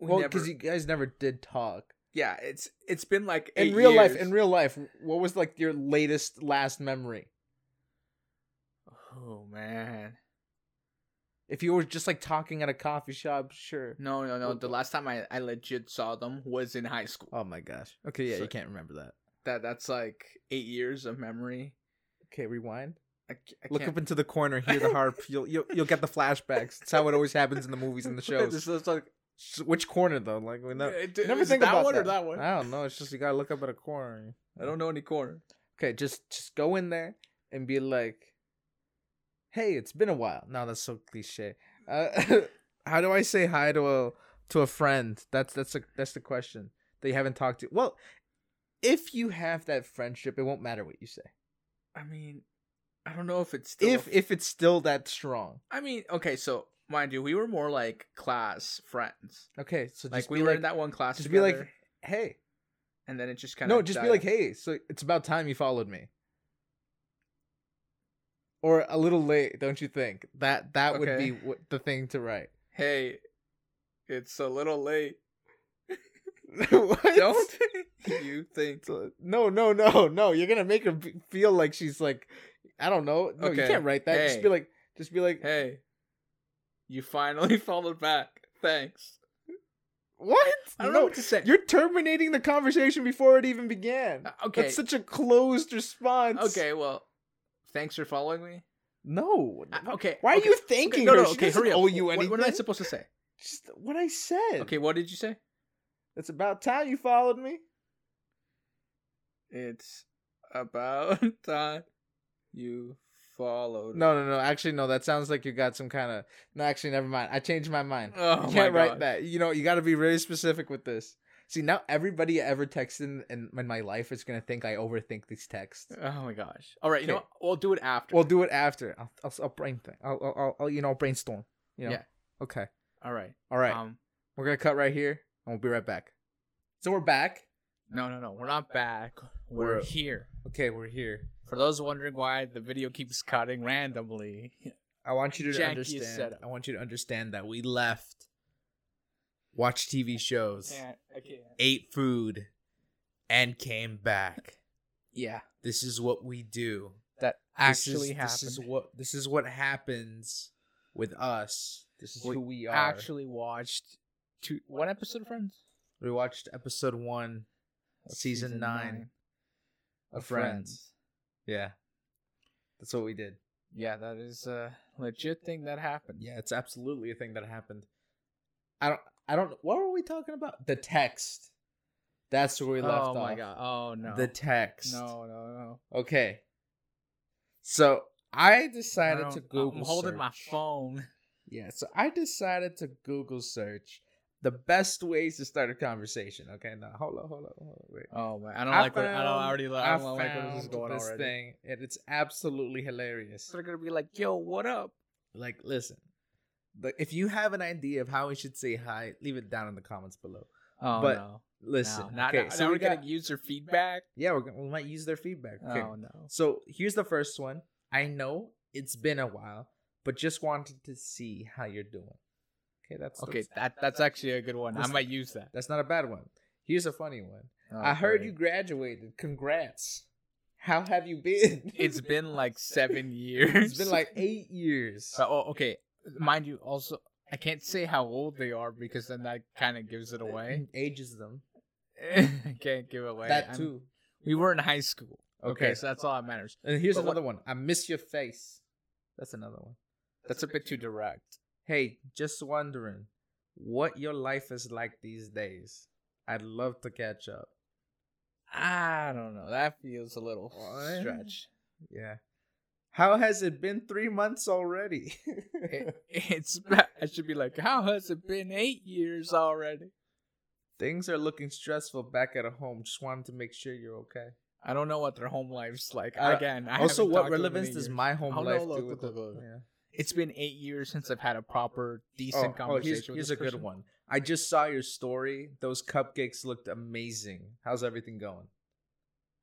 [SPEAKER 2] we
[SPEAKER 1] well,
[SPEAKER 2] never-
[SPEAKER 1] because you guys never did talk
[SPEAKER 2] yeah, it's it's been like
[SPEAKER 1] in
[SPEAKER 2] eight
[SPEAKER 1] real life.
[SPEAKER 2] years.
[SPEAKER 1] In real life, what was like your latest last memory?
[SPEAKER 2] oh man,
[SPEAKER 1] If you were just like talking at a coffee shop, sure.
[SPEAKER 2] no, no, no.
[SPEAKER 1] What
[SPEAKER 2] The
[SPEAKER 1] the-
[SPEAKER 2] last time I I legit saw them was in high school.
[SPEAKER 1] Oh my gosh. Okay, yeah,
[SPEAKER 2] So-
[SPEAKER 1] you can't remember that.
[SPEAKER 2] that that's like eight years of memory.
[SPEAKER 1] Okay, rewind.
[SPEAKER 2] I, c- I
[SPEAKER 1] Look
[SPEAKER 2] can't-
[SPEAKER 1] up into the corner, hear the harp. You'll you'll, you'll get the flashbacks. It's how it always happens in the movies and the shows.
[SPEAKER 2] This looks like
[SPEAKER 1] S- Which corner though? Like we know.
[SPEAKER 2] It-
[SPEAKER 1] You never
[SPEAKER 2] it's
[SPEAKER 1] think
[SPEAKER 2] that
[SPEAKER 1] about
[SPEAKER 2] one
[SPEAKER 1] that.
[SPEAKER 2] or that one.
[SPEAKER 1] I don't know. It's just you gotta look up at a corner.
[SPEAKER 2] I don't know any corner.
[SPEAKER 1] Okay, just just go in there and be like, "Hey, it's been a while." No, that's so cliche. Uh, how do I say hi to a to a friend? That's that's a, that's the question that you haven't talked to. Well, if you have that friendship, it won't matter what you say.
[SPEAKER 2] I mean, I don't know if it's still
[SPEAKER 1] if if it's still that strong,
[SPEAKER 2] I mean, okay, so mind you, we were more like class friends.
[SPEAKER 1] okay. So just
[SPEAKER 2] Like we
[SPEAKER 1] be
[SPEAKER 2] were
[SPEAKER 1] like,
[SPEAKER 2] in that one class.
[SPEAKER 1] just be like,
[SPEAKER 2] together,
[SPEAKER 1] "Hey,
[SPEAKER 2] and then it just kind of
[SPEAKER 1] no, just be like, hey, so it's about time you followed me. Or a little late, don't you think? That that would
[SPEAKER 2] Okay.
[SPEAKER 1] be w- the thing to write.
[SPEAKER 2] hey, it's a little late.
[SPEAKER 1] What?
[SPEAKER 2] Don't you think?
[SPEAKER 1] So- No, no, no, no. You're gonna make her b- feel like she's like, I don't know. No, you
[SPEAKER 2] Okay.
[SPEAKER 1] can't write that. Just
[SPEAKER 2] Hey.
[SPEAKER 1] be like, just be like,
[SPEAKER 2] Hey, you finally followed back. Thanks.
[SPEAKER 1] What?
[SPEAKER 2] I don't
[SPEAKER 1] No,
[SPEAKER 2] know what to say.
[SPEAKER 1] You're terminating the conversation before it even began.
[SPEAKER 2] Uh, okay.
[SPEAKER 1] That's such a closed response.
[SPEAKER 2] Okay, well, thanks for following me.
[SPEAKER 1] No.
[SPEAKER 2] Uh, okay.
[SPEAKER 1] Why are
[SPEAKER 2] okay,
[SPEAKER 1] you
[SPEAKER 2] okay,
[SPEAKER 1] thanking
[SPEAKER 2] no,
[SPEAKER 1] her?
[SPEAKER 2] no,
[SPEAKER 1] She
[SPEAKER 2] okay,
[SPEAKER 1] doesn't
[SPEAKER 2] hurry up.
[SPEAKER 1] owe you
[SPEAKER 2] What- What, am I
[SPEAKER 1] anything.
[SPEAKER 2] supposed to say?
[SPEAKER 1] Just what I said.
[SPEAKER 2] Okay, what did you say?
[SPEAKER 1] It's about time you followed me.
[SPEAKER 2] It's about time you followed.
[SPEAKER 1] No, no, no. Actually, no. That sounds like you got some kind of. No, actually, never mind. I changed my mind.
[SPEAKER 2] Oh
[SPEAKER 1] you
[SPEAKER 2] my
[SPEAKER 1] can't write
[SPEAKER 2] God.
[SPEAKER 1] that. You know, you got to be really specific with this. See, now everybody I ever texted in, in, in my life is gonna think I overthink these texts.
[SPEAKER 2] Oh my gosh. All right, you know
[SPEAKER 1] Okay.
[SPEAKER 2] what? We'll do it after.
[SPEAKER 1] We'll do it after. I'll, I'll, I'll brain thing. I'll, I'll, I'll, I'll, you know, brainstorm. You know?
[SPEAKER 2] Yeah.
[SPEAKER 1] Okay.
[SPEAKER 2] All right.
[SPEAKER 1] All right.
[SPEAKER 2] Um,
[SPEAKER 1] we're gonna cut right here, and we'll be right back. So we're back.
[SPEAKER 2] no, no, no. We're not back.
[SPEAKER 1] We're-
[SPEAKER 2] we're here.
[SPEAKER 1] Okay, we're here.
[SPEAKER 2] For those wondering why the video keeps cutting randomly,
[SPEAKER 1] I want you to
[SPEAKER 2] Jankiest
[SPEAKER 1] understand.
[SPEAKER 2] setup.
[SPEAKER 1] I want you to understand that we left, watched TV shows,
[SPEAKER 2] I can't.
[SPEAKER 1] ate food, and came back.
[SPEAKER 2] Yeah,
[SPEAKER 1] This is what we do.
[SPEAKER 2] that
[SPEAKER 1] This
[SPEAKER 2] actually
[SPEAKER 1] is,
[SPEAKER 2] happened.
[SPEAKER 1] This is what this is what happens with us. This is
[SPEAKER 2] We
[SPEAKER 1] who we are.
[SPEAKER 2] actually watched two one episode of Friends,
[SPEAKER 1] we watched episode one,
[SPEAKER 2] Of
[SPEAKER 1] season,
[SPEAKER 2] season
[SPEAKER 1] nine,
[SPEAKER 2] nine
[SPEAKER 1] of Friends. Yeah, that's what we did.
[SPEAKER 2] Yeah, that is a legit thing that happened.
[SPEAKER 1] Yeah, it's absolutely a thing that happened. I don't. I don't. What were we talking about? The text. That's where we left
[SPEAKER 2] oh
[SPEAKER 1] off.
[SPEAKER 2] my god. Oh no.
[SPEAKER 1] The text.
[SPEAKER 2] no, no, no.
[SPEAKER 1] Okay. So I
[SPEAKER 2] I
[SPEAKER 1] decided
[SPEAKER 2] don't-
[SPEAKER 1] to Google.
[SPEAKER 2] I'm holding my
[SPEAKER 1] search-
[SPEAKER 2] phone.
[SPEAKER 1] Yeah, so I decided to Google search the best ways to start a conversation. Okay, now hold on, hold on, hold on, wait.
[SPEAKER 2] Oh man, I don't
[SPEAKER 1] I
[SPEAKER 2] like what I don't
[SPEAKER 1] found-
[SPEAKER 2] already like. I
[SPEAKER 1] I
[SPEAKER 2] don't like where this is
[SPEAKER 1] found
[SPEAKER 2] going
[SPEAKER 1] this
[SPEAKER 2] already.
[SPEAKER 1] thing, and it's absolutely hilarious.
[SPEAKER 2] So they're gonna be like, "Yo, what up?"
[SPEAKER 1] Like, listen, the, if you have an idea of how we should say hi, leave it down in the comments below.
[SPEAKER 2] Oh
[SPEAKER 1] But-
[SPEAKER 2] no.
[SPEAKER 1] Listen,
[SPEAKER 2] no, not,
[SPEAKER 1] okay,
[SPEAKER 2] now,
[SPEAKER 1] so
[SPEAKER 2] now
[SPEAKER 1] we
[SPEAKER 2] we're
[SPEAKER 1] got,
[SPEAKER 2] getting user feedback.
[SPEAKER 1] yeah, we're gonna, we might use their feedback. Okay,
[SPEAKER 2] Oh no.
[SPEAKER 1] so here's the first one. I know it's been a while, but just wanted to see how you're doing. Okay, that's
[SPEAKER 2] Okay,
[SPEAKER 1] that's,
[SPEAKER 2] that that's actually a good one. I
[SPEAKER 1] Listen.
[SPEAKER 2] might use that.
[SPEAKER 1] that's not a bad one. Here's a funny one.
[SPEAKER 2] Oh,
[SPEAKER 1] I heard you graduated. Congrats. How have you been?
[SPEAKER 2] It's been like seven years.
[SPEAKER 1] it's been like eight years.
[SPEAKER 2] But, oh, okay. Mind you, also I can't say how old they are because then that kind of gives it away.
[SPEAKER 1] Ages them.
[SPEAKER 2] can't give away
[SPEAKER 1] Mm-hmm. that
[SPEAKER 2] I'm-
[SPEAKER 1] too.
[SPEAKER 2] we were in high school. Okay,
[SPEAKER 1] Okay.
[SPEAKER 2] so that's all that matters.
[SPEAKER 1] And here's
[SPEAKER 2] but what-
[SPEAKER 1] another one. I miss your face. That's another one.
[SPEAKER 2] That's a bit too direct.
[SPEAKER 1] Hey, just wondering what your life is like these days. I'd love to catch up.
[SPEAKER 2] I don't know. That feels a little
[SPEAKER 1] What?
[SPEAKER 2] stretch.
[SPEAKER 1] Yeah. How has it been three months already?
[SPEAKER 2] It- it's. I should be like, how has it been eight years already?
[SPEAKER 1] Things are looking stressful back at home. Just wanted to make sure you're okay.
[SPEAKER 2] I don't know what their home life's like.
[SPEAKER 1] Uh,
[SPEAKER 2] Again, I
[SPEAKER 1] also,
[SPEAKER 2] haven't
[SPEAKER 1] what
[SPEAKER 2] talked to them in
[SPEAKER 1] relevance
[SPEAKER 2] eight
[SPEAKER 1] does
[SPEAKER 2] years.
[SPEAKER 1] my home
[SPEAKER 2] Oh, no,
[SPEAKER 1] life
[SPEAKER 2] look,
[SPEAKER 1] do with
[SPEAKER 2] look,
[SPEAKER 1] the-
[SPEAKER 2] look.
[SPEAKER 1] Yeah.
[SPEAKER 2] It's been eight years since I've had a proper decent
[SPEAKER 1] oh,
[SPEAKER 2] conversation.
[SPEAKER 1] here's,
[SPEAKER 2] with
[SPEAKER 1] here's
[SPEAKER 2] this
[SPEAKER 1] a good
[SPEAKER 2] person.
[SPEAKER 1] one. I just saw your story. Those cupcakes looked amazing. How's everything going?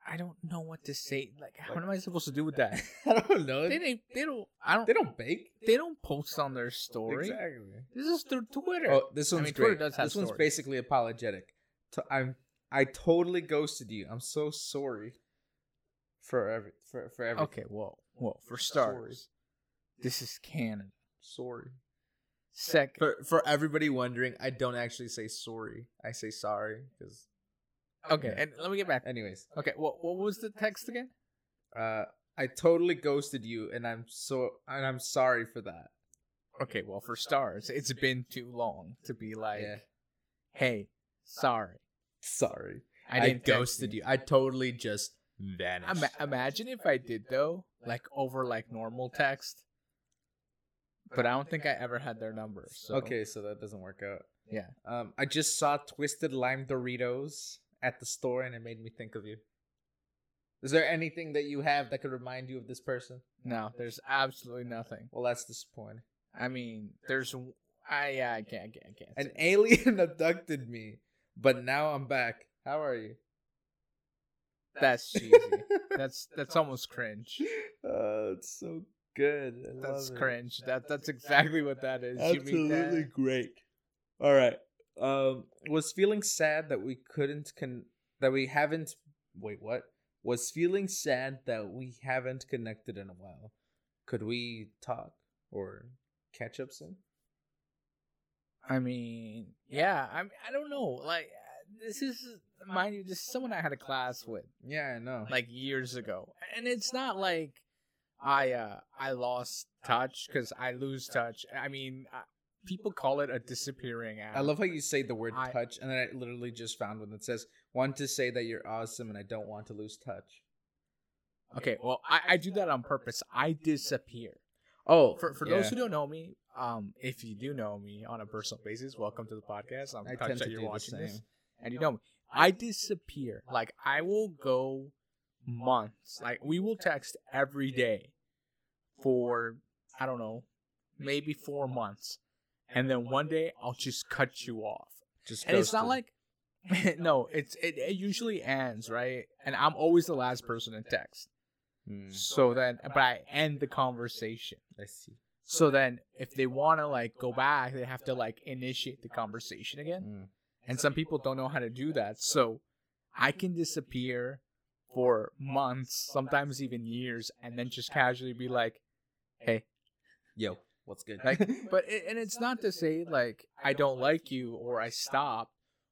[SPEAKER 2] I don't know what to say. Like,
[SPEAKER 1] Like-
[SPEAKER 2] what am I supposed to do with that?
[SPEAKER 1] I don't know.
[SPEAKER 2] they,
[SPEAKER 1] They,
[SPEAKER 2] they, they don't. I don't.
[SPEAKER 1] they don't bake.
[SPEAKER 2] They don't post on their story.
[SPEAKER 1] Exactly.
[SPEAKER 2] This is through Twitter.
[SPEAKER 1] Oh, this
[SPEAKER 2] I
[SPEAKER 1] one's
[SPEAKER 2] mean,
[SPEAKER 1] great.
[SPEAKER 2] Twitter does have
[SPEAKER 1] this one's
[SPEAKER 2] stories.
[SPEAKER 1] basically apologetic. To, I'm I totally ghosted you. I'm so sorry for every for for everything.
[SPEAKER 2] okay, well, well, for starters, this is canon.
[SPEAKER 1] Sorry.
[SPEAKER 2] Second,
[SPEAKER 1] For for everybody wondering, I don't actually say sorry. I say sorry because
[SPEAKER 2] okay,
[SPEAKER 1] yeah.
[SPEAKER 2] and let me get back.
[SPEAKER 1] anyways,
[SPEAKER 2] Okay, well, what was the text again?
[SPEAKER 1] uh I totally ghosted you and I'm so and I'm sorry for that.
[SPEAKER 2] Okay, well, for stars, it's been too long to be like,
[SPEAKER 1] Yeah.
[SPEAKER 2] hey, sorry,
[SPEAKER 1] Sorry.
[SPEAKER 2] I
[SPEAKER 1] I,
[SPEAKER 2] didn't text
[SPEAKER 1] ghosted you. I totally just vanished.
[SPEAKER 2] Ima- imagine if I did though, like over like normal text. But I don't think I ever had their number. So.
[SPEAKER 1] Okay, so that doesn't work out.
[SPEAKER 2] Yeah.
[SPEAKER 1] Um, I just saw twisted lime Doritos at the store, and it made me think of you. Is there anything that you have that could remind you of this person?
[SPEAKER 2] No, there's absolutely nothing.
[SPEAKER 1] Well, that's disappointing.
[SPEAKER 2] I mean, there's. I yeah, I can't. I can't. I can't
[SPEAKER 1] An
[SPEAKER 2] say.
[SPEAKER 1] alien abducted me, but now I'm back. How are you?
[SPEAKER 2] That's cheesy. that's that's almost cringe.
[SPEAKER 1] oh, it's so good. I
[SPEAKER 2] That's
[SPEAKER 1] love it.
[SPEAKER 2] cringe. That that's exactly what that is. You mean
[SPEAKER 1] Absolutely
[SPEAKER 2] that?
[SPEAKER 1] great. All right. Um, was feeling sad that we couldn't con that we haven't. Wait, what? Was feeling sad that we haven't connected in a while. Could we talk or catch up soon?
[SPEAKER 2] I mean, yeah, I I don't know. Like this is mind you, this is someone I had a class with
[SPEAKER 1] Yeah, I know.
[SPEAKER 2] like
[SPEAKER 1] uh,
[SPEAKER 2] years ago, and it's not like I uh I lost touch because I lose touch. I mean, uh, people call it a disappearing act.
[SPEAKER 1] I love how you say the word
[SPEAKER 2] I-
[SPEAKER 1] touch, and then I literally just found one that says, "Want to say that you're awesome, and I don't want to lose touch."
[SPEAKER 2] Okay, well, I, I do that on purpose. I disappear.
[SPEAKER 1] Oh,
[SPEAKER 2] For, for
[SPEAKER 1] yeah.
[SPEAKER 2] those who don't know me, um, if you do know me on a personal basis, welcome to the podcast. I'm
[SPEAKER 1] I
[SPEAKER 2] touched
[SPEAKER 1] tend
[SPEAKER 2] that
[SPEAKER 1] to
[SPEAKER 2] you're
[SPEAKER 1] do the
[SPEAKER 2] watching this,
[SPEAKER 1] same.
[SPEAKER 2] and you know me. I disappear. Like I will go months. Like we will text every day for I don't know, maybe four months, and then one day I'll just cut you off.
[SPEAKER 1] just
[SPEAKER 2] And it's not
[SPEAKER 1] ghosted.
[SPEAKER 2] like. no, it's it, it usually ends right, and I'm always the last person to text
[SPEAKER 1] Hmm,
[SPEAKER 2] so then but i end the conversation
[SPEAKER 1] I see.
[SPEAKER 2] so then if they want to like go back they have to like initiate the conversation again
[SPEAKER 1] Hmm.
[SPEAKER 2] and some people don't know how to do that so i can disappear for months sometimes even years and then just casually be like hey
[SPEAKER 1] Yo, what's good?
[SPEAKER 2] like but it, and it's not to say like i don't like you or i stop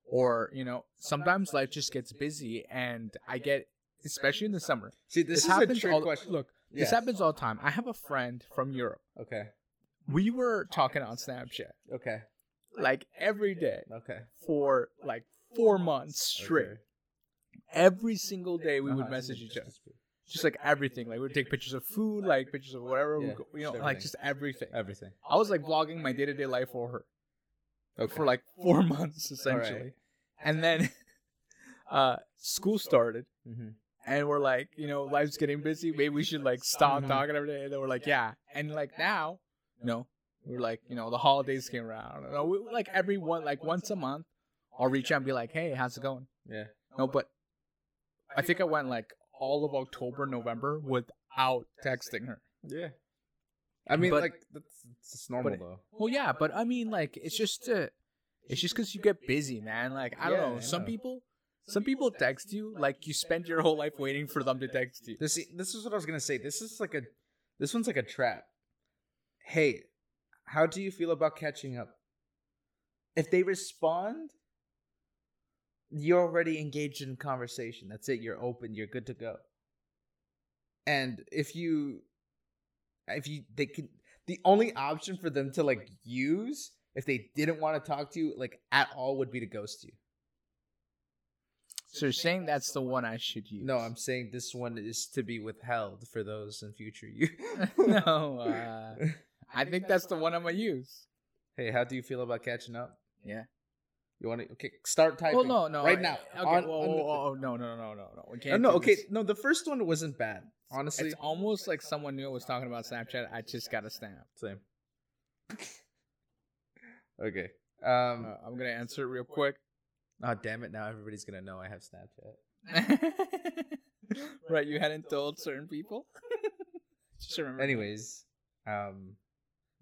[SPEAKER 2] or you know sometimes life just gets busy and i get especially in the summer
[SPEAKER 1] see, this, is a
[SPEAKER 2] happens
[SPEAKER 1] trick
[SPEAKER 2] all-
[SPEAKER 1] question.
[SPEAKER 2] look
[SPEAKER 1] Yeah.
[SPEAKER 2] this happens all the time. I have a friend from Europe.
[SPEAKER 1] Okay.
[SPEAKER 2] We were talking on Snapchat
[SPEAKER 1] Okay.
[SPEAKER 2] like every day
[SPEAKER 1] Okay.
[SPEAKER 2] for like four months straight.
[SPEAKER 1] Okay.
[SPEAKER 2] Every single day we
[SPEAKER 1] Uh-huh,
[SPEAKER 2] would
[SPEAKER 1] I
[SPEAKER 2] message
[SPEAKER 1] see.
[SPEAKER 2] each other. Just like everything. Like we would take pictures of food, like pictures of whatever, we
[SPEAKER 1] Yeah,
[SPEAKER 2] go, you know,
[SPEAKER 1] just
[SPEAKER 2] like
[SPEAKER 1] everything.
[SPEAKER 2] just everything.
[SPEAKER 1] Everything.
[SPEAKER 2] I was like vlogging my day to day life for her
[SPEAKER 1] Okay.
[SPEAKER 2] for like four months essentially. And then uh school started.
[SPEAKER 1] hmm
[SPEAKER 2] and we're like, you know, life's getting busy. Maybe we should like stop
[SPEAKER 1] Mhm.
[SPEAKER 2] talking every day. And then we're like, yeah. And like now, no, we're like, you know, the holidays came around. No, we, like every one, like once a month, I'll reach out and be like, hey, how's it going?
[SPEAKER 1] Yeah.
[SPEAKER 2] No, but I think I went like all of October, November without texting her.
[SPEAKER 1] Yeah. I mean,
[SPEAKER 2] But-
[SPEAKER 1] like that's it's just normal
[SPEAKER 2] but-
[SPEAKER 1] though.
[SPEAKER 2] Well, yeah, but I mean, like, it's just, uh, it's just because you get busy, man. Like, I don't
[SPEAKER 1] Yeah,
[SPEAKER 2] know.
[SPEAKER 1] I
[SPEAKER 2] Some
[SPEAKER 1] know.
[SPEAKER 2] people, some people text you like you spend your whole life waiting for them to text you.
[SPEAKER 1] This this is what I was gonna say. This is like a this one's like a trap. Hey, how do you feel about catching up? If they respond, you're already engaged in conversation. That's it. You're open. You're good to go. And if you, if you, they can. The only option for them to like use if they didn't want to talk to you like at all would be to ghost you.
[SPEAKER 2] So you're saying that's the one I should use?
[SPEAKER 1] No, I'm saying this one is to be withheld for those in future you.
[SPEAKER 2] no, uh, I think that's the one I'm gonna use.
[SPEAKER 1] Hey, how do you feel about catching up?
[SPEAKER 2] Yeah.
[SPEAKER 1] You want to okay, start typing.
[SPEAKER 2] Well, no, no,
[SPEAKER 1] right
[SPEAKER 2] I-
[SPEAKER 1] now.
[SPEAKER 2] Okay,
[SPEAKER 1] on-
[SPEAKER 2] whoa,
[SPEAKER 1] on
[SPEAKER 2] whoa,
[SPEAKER 1] the-
[SPEAKER 2] whoa, whoa, no, no, no, no, no. We
[SPEAKER 1] Oh,
[SPEAKER 2] can't
[SPEAKER 1] no,
[SPEAKER 2] do
[SPEAKER 1] okay,
[SPEAKER 2] this.
[SPEAKER 1] no. The first one wasn't bad, honestly.
[SPEAKER 2] It's almost like someone knew I was talking about Snapchat. I just got a snap.
[SPEAKER 1] Same. okay.
[SPEAKER 2] Uh,
[SPEAKER 1] Um.
[SPEAKER 2] I'm gonna answer it real quick.
[SPEAKER 1] Oh damn it! Now everybody's gonna know I have Snapchat.
[SPEAKER 2] right, you hadn't told certain people. just remember.
[SPEAKER 1] Anyways, um,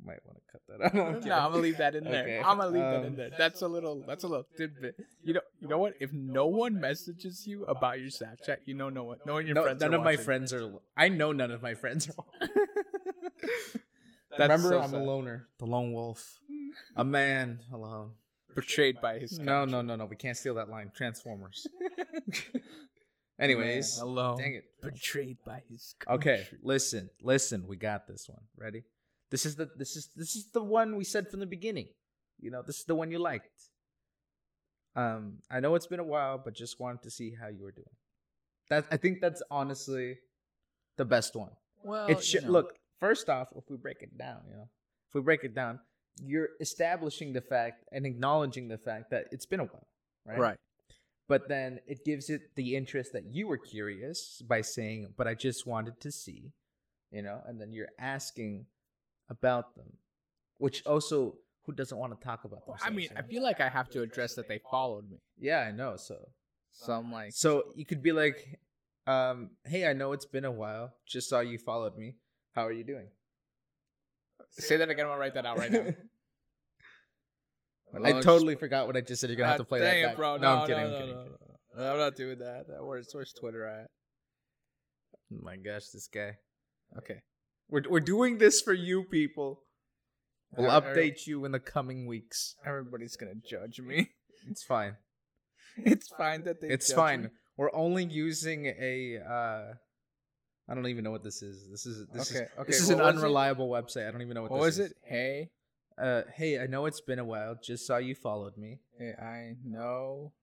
[SPEAKER 1] might want to cut that out. I'm
[SPEAKER 2] No, I'm
[SPEAKER 1] kidding.
[SPEAKER 2] gonna leave that in there.
[SPEAKER 1] Okay,
[SPEAKER 2] I'm gonna leave that in
[SPEAKER 1] um,
[SPEAKER 2] there. That's a little. That's a little tidbit. You know. You know what? If no one messages you about your Snapchat, you know no one. No one. Your
[SPEAKER 1] no,
[SPEAKER 2] friends.
[SPEAKER 1] none
[SPEAKER 2] are
[SPEAKER 1] of my
[SPEAKER 2] watching.
[SPEAKER 1] friends are. I know none of my friends are.
[SPEAKER 2] That's
[SPEAKER 1] Remember,
[SPEAKER 2] so
[SPEAKER 1] I'm
[SPEAKER 2] sad.
[SPEAKER 1] a loner, the lone wolf, a man alone.
[SPEAKER 2] portrayed by his
[SPEAKER 1] No, no, no, no. We can't steal that line. Transformers. Anyways,
[SPEAKER 2] hello
[SPEAKER 1] dang it.
[SPEAKER 2] portrayed by his
[SPEAKER 1] Okay, listen, listen. We got this one. Ready? This is the this is this is the one we said from the beginning. You know, this is the one you liked. Um, I know it's been a while, but just wanted to see how you were doing. That I think that's honestly the best one.
[SPEAKER 2] well
[SPEAKER 1] it should look. First off, if we break it down, you know, if we break it down, you're establishing the fact and acknowledging the fact that it's been a while,
[SPEAKER 2] right,
[SPEAKER 1] but then it gives it the interest that you were curious by saying but i just wanted to see you know and then you're asking about them which also who doesn't want to talk about themselves
[SPEAKER 2] i mean
[SPEAKER 1] you
[SPEAKER 2] i
[SPEAKER 1] know?
[SPEAKER 2] feel like i have to address that they followed me
[SPEAKER 1] yeah i know so
[SPEAKER 2] so i'm like
[SPEAKER 1] so you could be like um hey i know it's been a while just saw you followed me how are you doing
[SPEAKER 2] say that again i'm gonna write that out right now
[SPEAKER 1] i
[SPEAKER 2] Hello,
[SPEAKER 1] totally forgot what i just said you're gonna have to
[SPEAKER 2] Ah,
[SPEAKER 1] play
[SPEAKER 2] dang
[SPEAKER 1] that
[SPEAKER 2] it,
[SPEAKER 1] back.
[SPEAKER 2] bro
[SPEAKER 1] no, i'm kidding, I'm,
[SPEAKER 2] no,
[SPEAKER 1] kidding.
[SPEAKER 2] no, no, no. I'm not doing that That- where's, where's twitter at
[SPEAKER 1] oh my gosh this guy
[SPEAKER 2] okay
[SPEAKER 1] we're, we're doing this for you people We'll
[SPEAKER 2] Alright, alright.
[SPEAKER 1] update you in the coming weeks.
[SPEAKER 2] Everybody's gonna judge me.
[SPEAKER 1] It's fine.
[SPEAKER 2] It's fine that they.
[SPEAKER 1] It's
[SPEAKER 2] judge
[SPEAKER 1] fine.
[SPEAKER 2] me.
[SPEAKER 1] We're only using a. Uh, I don't even know what this is. This is this is
[SPEAKER 2] Okay. Okay.
[SPEAKER 1] this is
[SPEAKER 2] what
[SPEAKER 1] an
[SPEAKER 2] was it?
[SPEAKER 1] unreliable website. I don't even know what,
[SPEAKER 2] What
[SPEAKER 1] this
[SPEAKER 2] was
[SPEAKER 1] is.
[SPEAKER 2] it? Hey,
[SPEAKER 1] Uh, hey, I know it's been a while. Just saw you followed me.
[SPEAKER 2] eh, I know.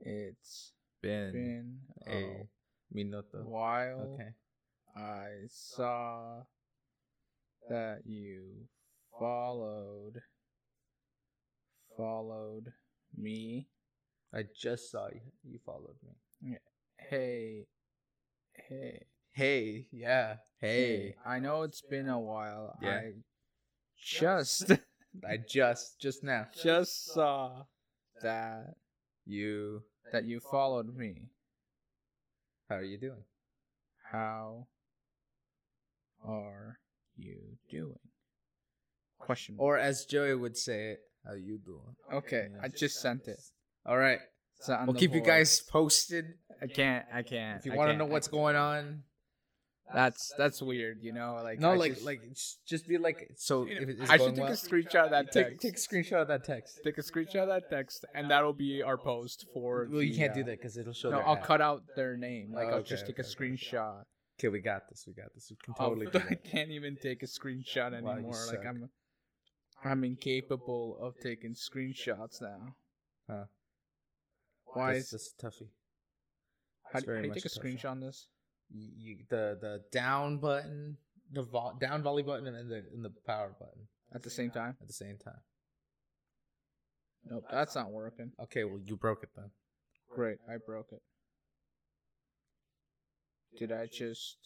[SPEAKER 2] It's
[SPEAKER 1] Been
[SPEAKER 2] been
[SPEAKER 1] a
[SPEAKER 2] a
[SPEAKER 1] minuto.
[SPEAKER 2] while.
[SPEAKER 1] Okay.
[SPEAKER 2] I saw that you followed followed me.
[SPEAKER 1] I just saw you. You followed me.
[SPEAKER 2] Hey, hey,
[SPEAKER 1] Hey, yeah. Hey,
[SPEAKER 2] I know it's been a while.
[SPEAKER 1] Yeah.
[SPEAKER 2] I just
[SPEAKER 1] I just Hmm. just now
[SPEAKER 2] just saw that
[SPEAKER 1] you.
[SPEAKER 2] that you followed me.
[SPEAKER 1] How are you doing?
[SPEAKER 2] How are you doing? Question. mark.
[SPEAKER 1] Or as Joey would say it, how you doing?
[SPEAKER 2] okay, I just sent it.
[SPEAKER 1] All right.
[SPEAKER 2] It's on
[SPEAKER 1] We'll
[SPEAKER 2] the
[SPEAKER 1] keep you
[SPEAKER 2] board.
[SPEAKER 1] guys posted.
[SPEAKER 2] I can't. I can't.
[SPEAKER 1] If you
[SPEAKER 2] I
[SPEAKER 1] want to
[SPEAKER 2] can't,
[SPEAKER 1] know
[SPEAKER 2] I
[SPEAKER 1] what's
[SPEAKER 2] can't.
[SPEAKER 1] going on,
[SPEAKER 2] That's that's weird, you know. Like
[SPEAKER 1] no,
[SPEAKER 2] I
[SPEAKER 1] like
[SPEAKER 2] just-
[SPEAKER 1] like it's- just be like. So
[SPEAKER 2] you know,
[SPEAKER 1] if it is
[SPEAKER 2] I
[SPEAKER 1] going
[SPEAKER 2] should take
[SPEAKER 1] well,
[SPEAKER 2] a screenshot of that
[SPEAKER 1] take,
[SPEAKER 2] text.
[SPEAKER 1] take a screenshot of that text.
[SPEAKER 2] Take a screenshot of that text, and that'll be our post for.
[SPEAKER 1] Well, you
[SPEAKER 2] the,
[SPEAKER 1] can't do
[SPEAKER 2] uh,
[SPEAKER 1] that because it'll show.
[SPEAKER 2] No,
[SPEAKER 1] their
[SPEAKER 2] I'll
[SPEAKER 1] app.
[SPEAKER 2] cut out their name. Like
[SPEAKER 1] Oh,
[SPEAKER 2] I'll
[SPEAKER 1] okay,
[SPEAKER 2] just take a
[SPEAKER 1] okay, okay.
[SPEAKER 2] screenshot.
[SPEAKER 1] Okay, we got this. We got this. We can
[SPEAKER 2] of-
[SPEAKER 1] totally. do
[SPEAKER 2] I
[SPEAKER 1] that.
[SPEAKER 2] can't even take a screenshot
[SPEAKER 1] Wow, you
[SPEAKER 2] anymore.
[SPEAKER 1] suck.
[SPEAKER 2] like I'm, I'm incapable of taking screenshots now.
[SPEAKER 1] Huh.
[SPEAKER 2] Why
[SPEAKER 1] That's-
[SPEAKER 2] is
[SPEAKER 1] that's toughy.
[SPEAKER 2] how,
[SPEAKER 1] it's
[SPEAKER 2] do- how
[SPEAKER 1] very
[SPEAKER 2] do you
[SPEAKER 1] much
[SPEAKER 2] take a
[SPEAKER 1] a tough
[SPEAKER 2] screenshot on this?
[SPEAKER 1] You, you- the the down button, the vo- down volley button, and then the and the power button
[SPEAKER 2] At the same time?
[SPEAKER 1] at the same time.
[SPEAKER 2] Nope, that's not working.
[SPEAKER 1] Okay, well you broke it then.
[SPEAKER 2] Great, I broke it. Did I just?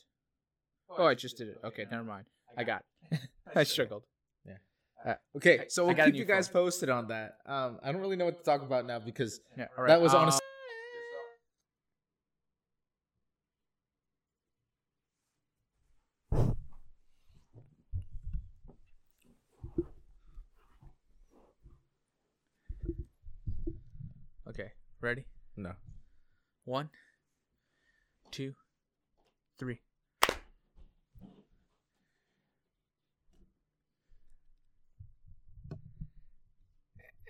[SPEAKER 2] Oh, I just did it. Okay, never mind. I got. it. I struggled.
[SPEAKER 1] Okay, so
[SPEAKER 2] Uh, I
[SPEAKER 1] we'll
[SPEAKER 2] got a
[SPEAKER 1] keep
[SPEAKER 2] new
[SPEAKER 1] you guys
[SPEAKER 2] phone.
[SPEAKER 1] posted on that. Um, I don't really know what to talk about now because
[SPEAKER 2] Yeah, all right. um,
[SPEAKER 1] that was honestly.
[SPEAKER 2] Okay, ready?
[SPEAKER 1] No.
[SPEAKER 2] One, two, three.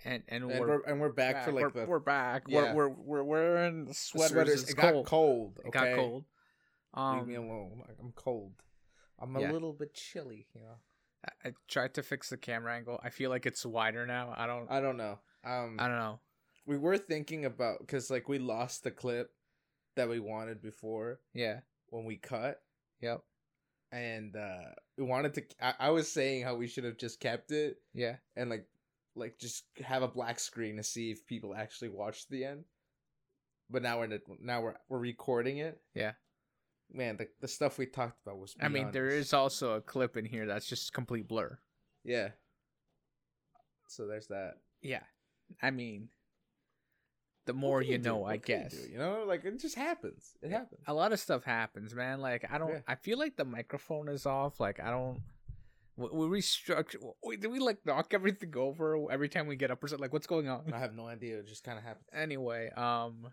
[SPEAKER 2] And and,
[SPEAKER 1] And
[SPEAKER 2] we're,
[SPEAKER 1] we're, and we're back, for like
[SPEAKER 2] we're,
[SPEAKER 1] the
[SPEAKER 2] we're back.
[SPEAKER 1] yeah.
[SPEAKER 2] We're, we're we're wearing sweaters. It's
[SPEAKER 1] It
[SPEAKER 2] cold.
[SPEAKER 1] got cold.
[SPEAKER 2] It got
[SPEAKER 1] okay?
[SPEAKER 2] cold. Um,
[SPEAKER 1] Leave me alone. Like, I'm cold. I'm a
[SPEAKER 2] yeah.
[SPEAKER 1] little bit chilly. You know.
[SPEAKER 2] I- I tried to fix the camera angle. I feel like it's wider now. I don't.
[SPEAKER 1] I don't know. Um,
[SPEAKER 2] I don't know.
[SPEAKER 1] we were thinking about because like we lost the clip that we wanted before
[SPEAKER 2] Yeah.
[SPEAKER 1] when we cut,
[SPEAKER 2] Yep.
[SPEAKER 1] and uh we wanted to. I, I was saying how we should have just kept it
[SPEAKER 2] Yeah.
[SPEAKER 1] and like like just have a black screen to see if people actually watched the end. But now we're in a- now we're we're recording it.
[SPEAKER 2] Yeah.
[SPEAKER 1] Man, the the stuff we talked about was.
[SPEAKER 2] I mean,
[SPEAKER 1] beyond
[SPEAKER 2] there
[SPEAKER 1] this.
[SPEAKER 2] is also a clip in here that's just complete blur.
[SPEAKER 1] Yeah. So there's that.
[SPEAKER 2] Yeah. I mean, the more you know, I guess.
[SPEAKER 1] You, know, like it just happens. It happens.
[SPEAKER 2] A lot of stuff happens, man. Like I don't.
[SPEAKER 1] Yeah.
[SPEAKER 2] I feel like the microphone is off. Like I don't. w- Were we structure? Wait, did we like knock everything over every time we get up or something? Like what's going on?
[SPEAKER 1] I have no idea. It just kind of happens.
[SPEAKER 2] anyway, um,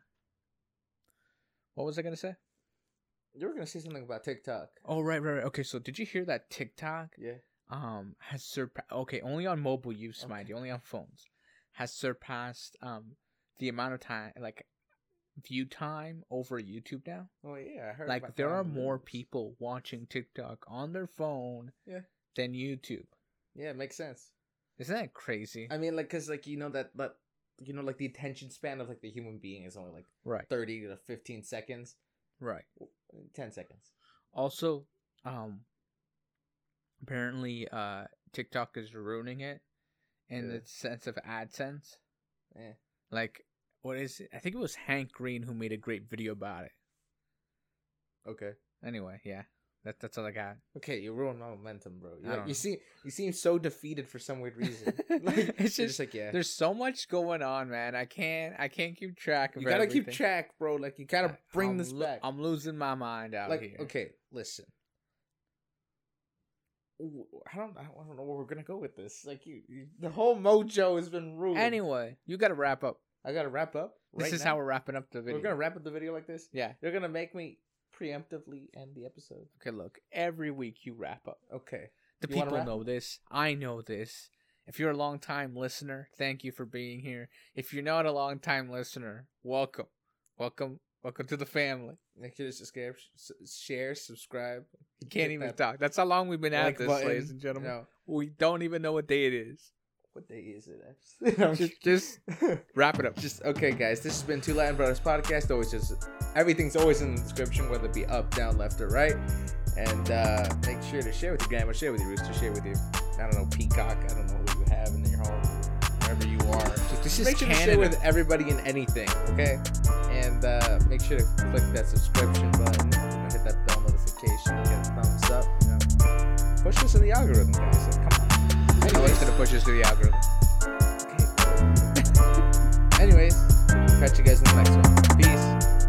[SPEAKER 2] what was I gonna say?
[SPEAKER 1] You were gonna say something about TikTok.
[SPEAKER 2] Oh right, right, right. Okay, so did you hear that TikTok?
[SPEAKER 1] Yeah.
[SPEAKER 2] Um, has surpassed. Okay, only on mobile use, mind you, only on phones, has surpassed um the amount of time like view time over YouTube now.
[SPEAKER 1] Oh yeah, I heard.
[SPEAKER 2] Like
[SPEAKER 1] about
[SPEAKER 2] there
[SPEAKER 1] that on
[SPEAKER 2] are
[SPEAKER 1] the
[SPEAKER 2] more
[SPEAKER 1] news.
[SPEAKER 2] people watching TikTok on their phone
[SPEAKER 1] Yeah.
[SPEAKER 2] than YouTube.
[SPEAKER 1] Yeah, it makes sense.
[SPEAKER 2] Isn't that crazy?
[SPEAKER 1] I mean, like, cause like you know that, but you know, like the attention span of like the human being is only like
[SPEAKER 2] right,
[SPEAKER 1] thirty to fifteen seconds,
[SPEAKER 2] right.
[SPEAKER 1] ten seconds.
[SPEAKER 2] Also, um, apparently, uh, TikTok is ruining it in
[SPEAKER 1] Yeah.
[SPEAKER 2] the sense of AdSense.
[SPEAKER 1] Yeah.
[SPEAKER 2] Like, what is it? I think it was Hank Green who made a great video about it.
[SPEAKER 1] Okay.
[SPEAKER 2] Anyway, yeah, that, that's all I got.
[SPEAKER 1] Okay, you ruined my momentum, bro.
[SPEAKER 2] I
[SPEAKER 1] You, like,
[SPEAKER 2] don't
[SPEAKER 1] you
[SPEAKER 2] know.
[SPEAKER 1] seem you seem so defeated for some weird reason. like,
[SPEAKER 2] It's
[SPEAKER 1] you're
[SPEAKER 2] just-
[SPEAKER 1] like yeah.
[SPEAKER 2] There's so much going on, man. I can't, I can't keep track of.
[SPEAKER 1] You gotta keep
[SPEAKER 2] everything.
[SPEAKER 1] track, bro. Like you gotta bring
[SPEAKER 2] I'm
[SPEAKER 1] this
[SPEAKER 2] lo-
[SPEAKER 1] back.
[SPEAKER 2] I'm losing my mind out
[SPEAKER 1] like
[SPEAKER 2] here.
[SPEAKER 1] okay listen Ooh, I don't, I don't know where we're gonna go with this. Like you, you the whole mojo has been ruined.
[SPEAKER 2] Anyway, you gotta wrap up.
[SPEAKER 1] I gotta wrap up.
[SPEAKER 2] This
[SPEAKER 1] right
[SPEAKER 2] is
[SPEAKER 1] now.
[SPEAKER 2] how we're wrapping up the
[SPEAKER 1] we're
[SPEAKER 2] video.
[SPEAKER 1] gonna wrap up the video like this.
[SPEAKER 2] yeah.
[SPEAKER 1] You're gonna make me preemptively end the episode.
[SPEAKER 2] Okay. Look, every week you wrap up.
[SPEAKER 1] Okay.
[SPEAKER 2] The
[SPEAKER 1] You wanna
[SPEAKER 2] people
[SPEAKER 1] wrap?
[SPEAKER 2] know this. I know this. If you're a long time listener, thank you for being here. If you're not a long time listener, welcome. Welcome. Welcome to the family.
[SPEAKER 1] Make sure to subscribe, s- share, subscribe.
[SPEAKER 2] You can't
[SPEAKER 1] Hit
[SPEAKER 2] even
[SPEAKER 1] that
[SPEAKER 2] talk. That's how long we've been at
[SPEAKER 1] like
[SPEAKER 2] this,
[SPEAKER 1] button.
[SPEAKER 2] ladies and gentlemen.
[SPEAKER 1] No.
[SPEAKER 2] We don't even know what day it is.
[SPEAKER 1] What day is it? actually? I'm
[SPEAKER 2] Just, just
[SPEAKER 1] kidding.
[SPEAKER 2] wrap it up.
[SPEAKER 1] Just okay, guys. This has been Two Latin Brothers podcast. Always just everything's always in the description, whether it be up, down, left, or right. And uh, make sure to share with your grandma, share with your rooster, share with your I don't know peacock. I don't know who you have in your home, wherever you are.
[SPEAKER 2] This is
[SPEAKER 1] Make sure to share
[SPEAKER 2] Canada.
[SPEAKER 1] with everybody and anything, okay? And uh, make sure to click that subscription button, and hit that bell notification, get a thumbs up. You know. Push us in the algorithm, guys. Like, come on.
[SPEAKER 2] I know
[SPEAKER 1] Anyways,
[SPEAKER 2] it's gonna push us to the algorithm.
[SPEAKER 1] okay. Anyways, catch you guys in the next one. Peace.